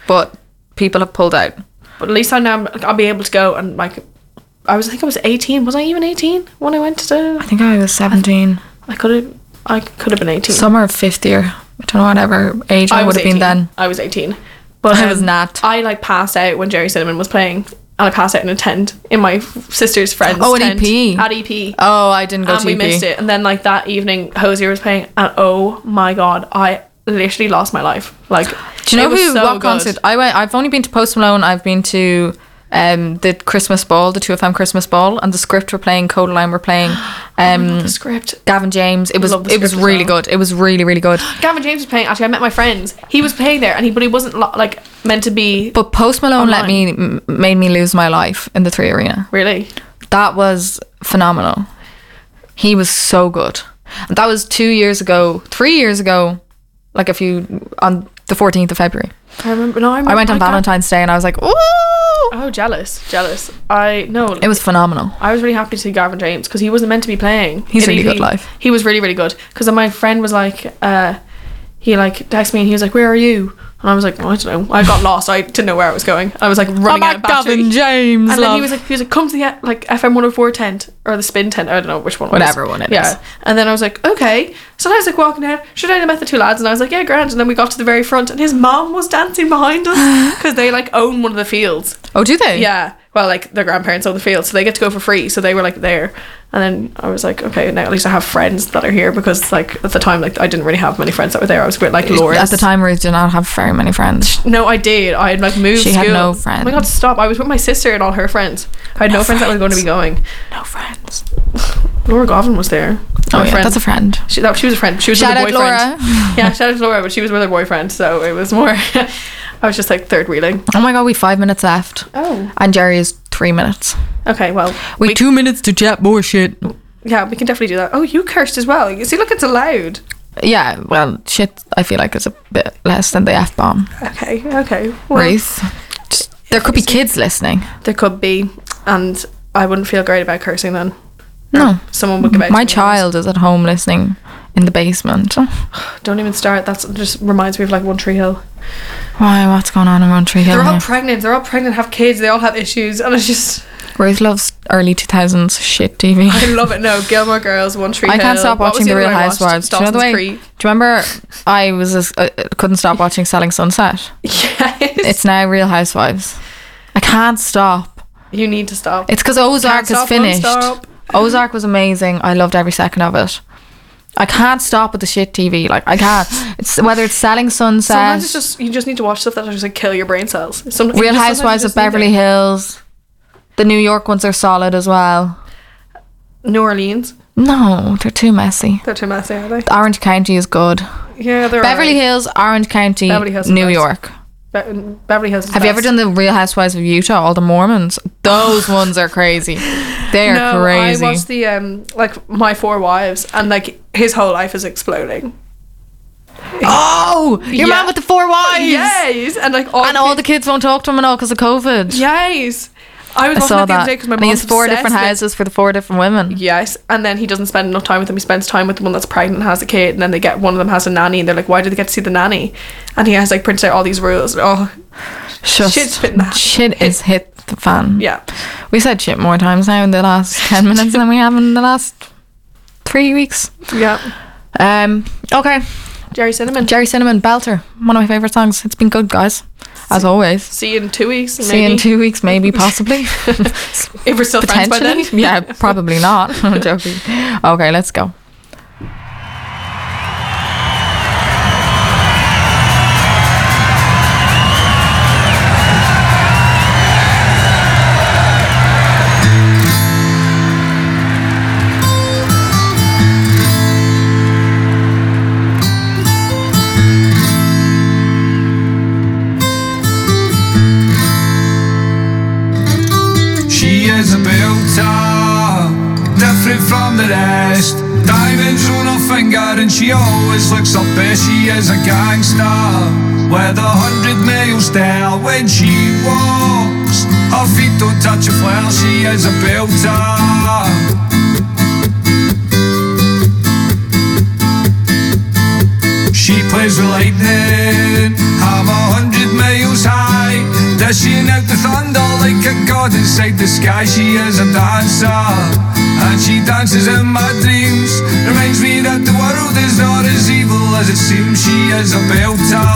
Speaker 2: but people have pulled out.
Speaker 3: But at least I know I'm, like, I'll be able to go and like. I was I think I was 18. Was I even 18 when I went to?
Speaker 2: I think I was seventeen.
Speaker 3: I could have. I could have been 18.
Speaker 2: Summer of fifth year. I don't know whatever age I, Um, would
Speaker 3: was
Speaker 2: have been
Speaker 3: 18.
Speaker 2: then.
Speaker 3: I was 18. But
Speaker 2: I was not.
Speaker 3: I like passed out when Jerry Cinnamon was playing. And I passed out in a tent in my f- sister's friend's
Speaker 2: Oh, at
Speaker 3: tent
Speaker 2: EP.
Speaker 3: At EP.
Speaker 2: Oh, I didn't go
Speaker 3: and
Speaker 2: to
Speaker 3: we
Speaker 2: EP.
Speaker 3: missed it. And then like that evening, Hosier was playing, and oh my god, I literally lost my life. Like,
Speaker 2: Do you know
Speaker 3: it was
Speaker 2: who?
Speaker 3: so
Speaker 2: what
Speaker 3: good.
Speaker 2: concert? I went. I've only been to Post Malone. I've been to um, the Christmas Ball, the two of them Christmas Ball, and the Script were playing. Codeline were playing. Um,
Speaker 3: Oh The script.
Speaker 2: Gavin James. It was.
Speaker 3: Love The
Speaker 2: It was
Speaker 3: Script as
Speaker 2: really
Speaker 3: well.
Speaker 2: good. It was really really good.
Speaker 3: Gavin James was playing. Actually, I met my friends. He was playing there, and he but he wasn't lo- like meant to be.
Speaker 2: But Post Malone let me m- made me lose my life in the Three Arena.
Speaker 3: really,
Speaker 2: That was phenomenal. He was so good. And that was two years ago, three years ago, like a few on the 14th of February.
Speaker 3: I remember. No, I, remember
Speaker 2: I went on
Speaker 3: got-
Speaker 2: Valentine's Day and I was like, ooh,
Speaker 3: Oh, jealous, jealous. I no.
Speaker 2: it was phenomenal.
Speaker 3: I was really happy to see Gavin James because he wasn't meant to be playing.
Speaker 2: He's
Speaker 3: in
Speaker 2: really
Speaker 3: EP.
Speaker 2: good live.
Speaker 3: He was really really good because my friend was like, uh, he like texted me and he was like, "Where are you?" And I was like, "Oh, "I don't know. I got lost. I didn't know where I was going. I was like running out of battery."
Speaker 2: James.
Speaker 3: and then he was like, "He was like, come to the like FM 104 tent or the spin tent. I don't know which one. it was.
Speaker 2: Whatever one it
Speaker 3: yeah.
Speaker 2: is.
Speaker 3: And then I was like, "Okay." So I was like walking out. Should I have met the two lads? And I was like, "Yeah, grand." And then we got to the very front, and his mom was dancing behind us because they like own one of the fields.
Speaker 2: oh, do they?
Speaker 3: Yeah. Well, like their grandparents own the field, so they get to go for free. So they were like there, and then I was like, okay, now at least I have friends that are here because like at the time, like I didn't really have many friends that were there. I was with like Laura
Speaker 2: At the time, Ruth did not have very many friends.
Speaker 3: No, I did. I had like moved.
Speaker 2: She had
Speaker 3: school.
Speaker 2: no
Speaker 3: Oh my god,
Speaker 2: friends.
Speaker 3: stop! I was with my sister and all her friends. I had no, friends, that were going to be going.
Speaker 2: No friends.
Speaker 3: Laura Govin was there.
Speaker 2: Oh,
Speaker 3: Her
Speaker 2: yeah,
Speaker 3: friend.
Speaker 2: that's a friend.
Speaker 3: She, that, she was a friend. She was
Speaker 2: Shout out
Speaker 3: with her boyfriend.
Speaker 2: Laura.
Speaker 3: yeah, shout out to Laura, but she was with her boyfriend, so it was more. I was just like third wheeling.
Speaker 2: Oh my god, we have five minutes left.
Speaker 3: Oh.
Speaker 2: And Jerry is three minutes.
Speaker 3: Okay, well,
Speaker 2: We, two minutes to chat more shit.
Speaker 3: yeah, we can definitely do that. Oh, you cursed as well. You see, look, it's allowed.
Speaker 2: Yeah, well, shit, I feel like it's a bit less than the F bomb.
Speaker 3: Okay, okay. Well,
Speaker 2: Ruth. Just- There could be kids listening.
Speaker 3: There could be, and I wouldn't feel great about cursing then.
Speaker 2: No.
Speaker 3: Someone would get back to me
Speaker 2: My
Speaker 3: and-
Speaker 2: child is at home listening in the basement.
Speaker 3: Oh. Don't even start. That's just reminds me of like One Tree Hill.
Speaker 2: Why? What's going on in Roundtree Hill?
Speaker 3: They're all
Speaker 2: here?
Speaker 3: pregnant. They're all pregnant. Have kids. They all have issues, and it's just
Speaker 2: Ruth loves early 2000s shit TV.
Speaker 3: I love it. No, Gilmore Girls, One Tree
Speaker 2: I
Speaker 3: Hill.
Speaker 2: can't stop
Speaker 3: What was
Speaker 2: watching The
Speaker 3: other
Speaker 2: Real
Speaker 3: one I watched?
Speaker 2: Housewives. Do you know the
Speaker 3: Dawson's
Speaker 2: way?
Speaker 3: Creek.
Speaker 2: Do you remember I was just, uh, uh, couldn't stop watching Selling Sunset?
Speaker 3: Yes.
Speaker 2: It's now Real Housewives. I can't stop.
Speaker 3: you need to stop.
Speaker 2: It's because Ozark
Speaker 3: Can't
Speaker 2: is
Speaker 3: stop, won't
Speaker 2: finished.
Speaker 3: stop.
Speaker 2: Ozark was amazing. I loved every second of it. I can't stop with the shit TV. Like I can't. It's whether it's Selling Sunset,
Speaker 3: Sometimes it's just you just need to watch stuff that'll just like kill your brain cells. Some, you
Speaker 2: Real
Speaker 3: just- sometimes you
Speaker 2: Housewives of
Speaker 3: just need
Speaker 2: Beverly
Speaker 3: it.
Speaker 2: Hills. The New York ones are solid as well.
Speaker 3: New Orleans.
Speaker 2: No, they're too messy.
Speaker 3: They're too messy, are they?
Speaker 2: Orange County is good.
Speaker 3: Yeah, they're
Speaker 2: Beverly
Speaker 3: alright.
Speaker 2: Hills, Orange County,
Speaker 3: Beverly Hills is
Speaker 2: New
Speaker 3: best.
Speaker 2: York.
Speaker 3: Be- Beverly Hills. is
Speaker 2: Have you ever
Speaker 3: best.
Speaker 2: done the Real Housewives of Utah? All the Mormons. Those ones are crazy. They are
Speaker 3: No,
Speaker 2: crazy.
Speaker 3: I watched the um like my four wives and like his whole life is exploding.
Speaker 2: oh, your
Speaker 3: Yeah.
Speaker 2: man with the four wives.
Speaker 3: Yes, and like all
Speaker 2: And all the kids won't talk to him and all because of COVID.
Speaker 3: yes. I was
Speaker 2: I
Speaker 3: watching
Speaker 2: saw
Speaker 3: that the
Speaker 2: that.
Speaker 3: other day because my
Speaker 2: and he
Speaker 3: mom's
Speaker 2: has four
Speaker 3: obsessed
Speaker 2: different
Speaker 3: with-
Speaker 2: houses for the four different women.
Speaker 3: Yes, and then he doesn't spend enough time with them. He spends time with the one that's pregnant and has a kid, and then they get one of them has a nanny, and they're like, "Why do they get to see the nanny?" And he has like printed out all these rules. Oh,
Speaker 2: Just,
Speaker 3: Shit's hit the-
Speaker 2: shit is hit the fan.
Speaker 3: yeah,
Speaker 2: We said shit more times now in the last 10 minutes than we have in the last three weeks.
Speaker 3: yeah.
Speaker 2: Um. Okay.
Speaker 3: Jerry Cinnamon.
Speaker 2: Jerry Cinnamon Belter, one of my favorite songs. It's been good, guys, as always.
Speaker 3: See you in two weeks. Maybe.
Speaker 2: See you in two weeks, maybe, possibly,
Speaker 3: If we're still friends by then.
Speaker 2: potentially. yeah, probably not. I'm joking. Okay, let's go.
Speaker 5: She is a builder, different from the rest. Diamonds on her finger, and she always looks her best. She is a gangster with a hundred miles there when she walks. Her feet don't touch a floor. She is a builder. She plays with lightning. I'm a hundred miles high. Dishing out the thunder like a god inside the sky. She is a dancer. And she dances in my dreams. Reminds me that the world is not as evil as it seems. She is a belter.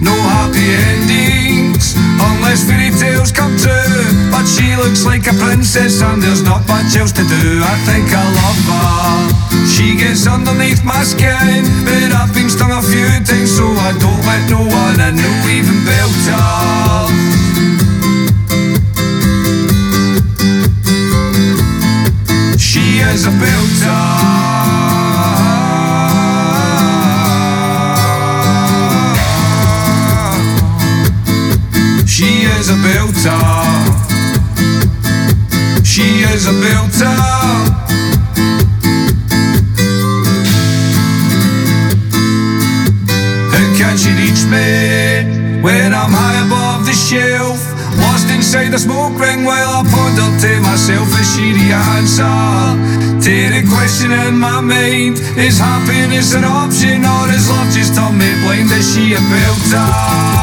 Speaker 5: No happy endings, unless fairy tales come true. But she looks like a princess, and there's not much else to do. I think I love her. She gets underneath my skin, but I've been stung a few times, so I don't let no one I know even belt her. She is a belter. She is a belter. She is a belter. How can she reach me when I'm high above the shelf? Lost inside the smoke ring while I ponder to myself is she the answer? To the question in my mind is happiness an option or is love just on me blind? Is she a belter?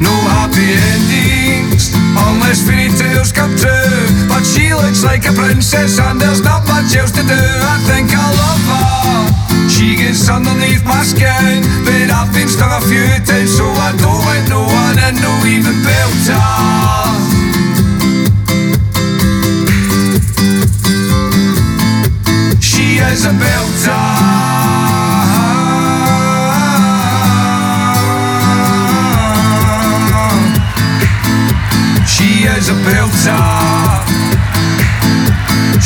Speaker 5: No happy endings, unless fairy tales come true. But she looks like a princess, and there's not much else to do. I think I love her. She gets underneath my skin, but I've been stung a few times, so I don't let no one and no even belt her. She is a belter. She is a belter.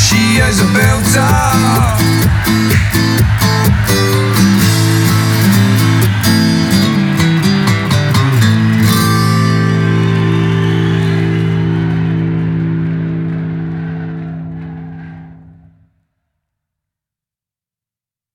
Speaker 5: She is a belter.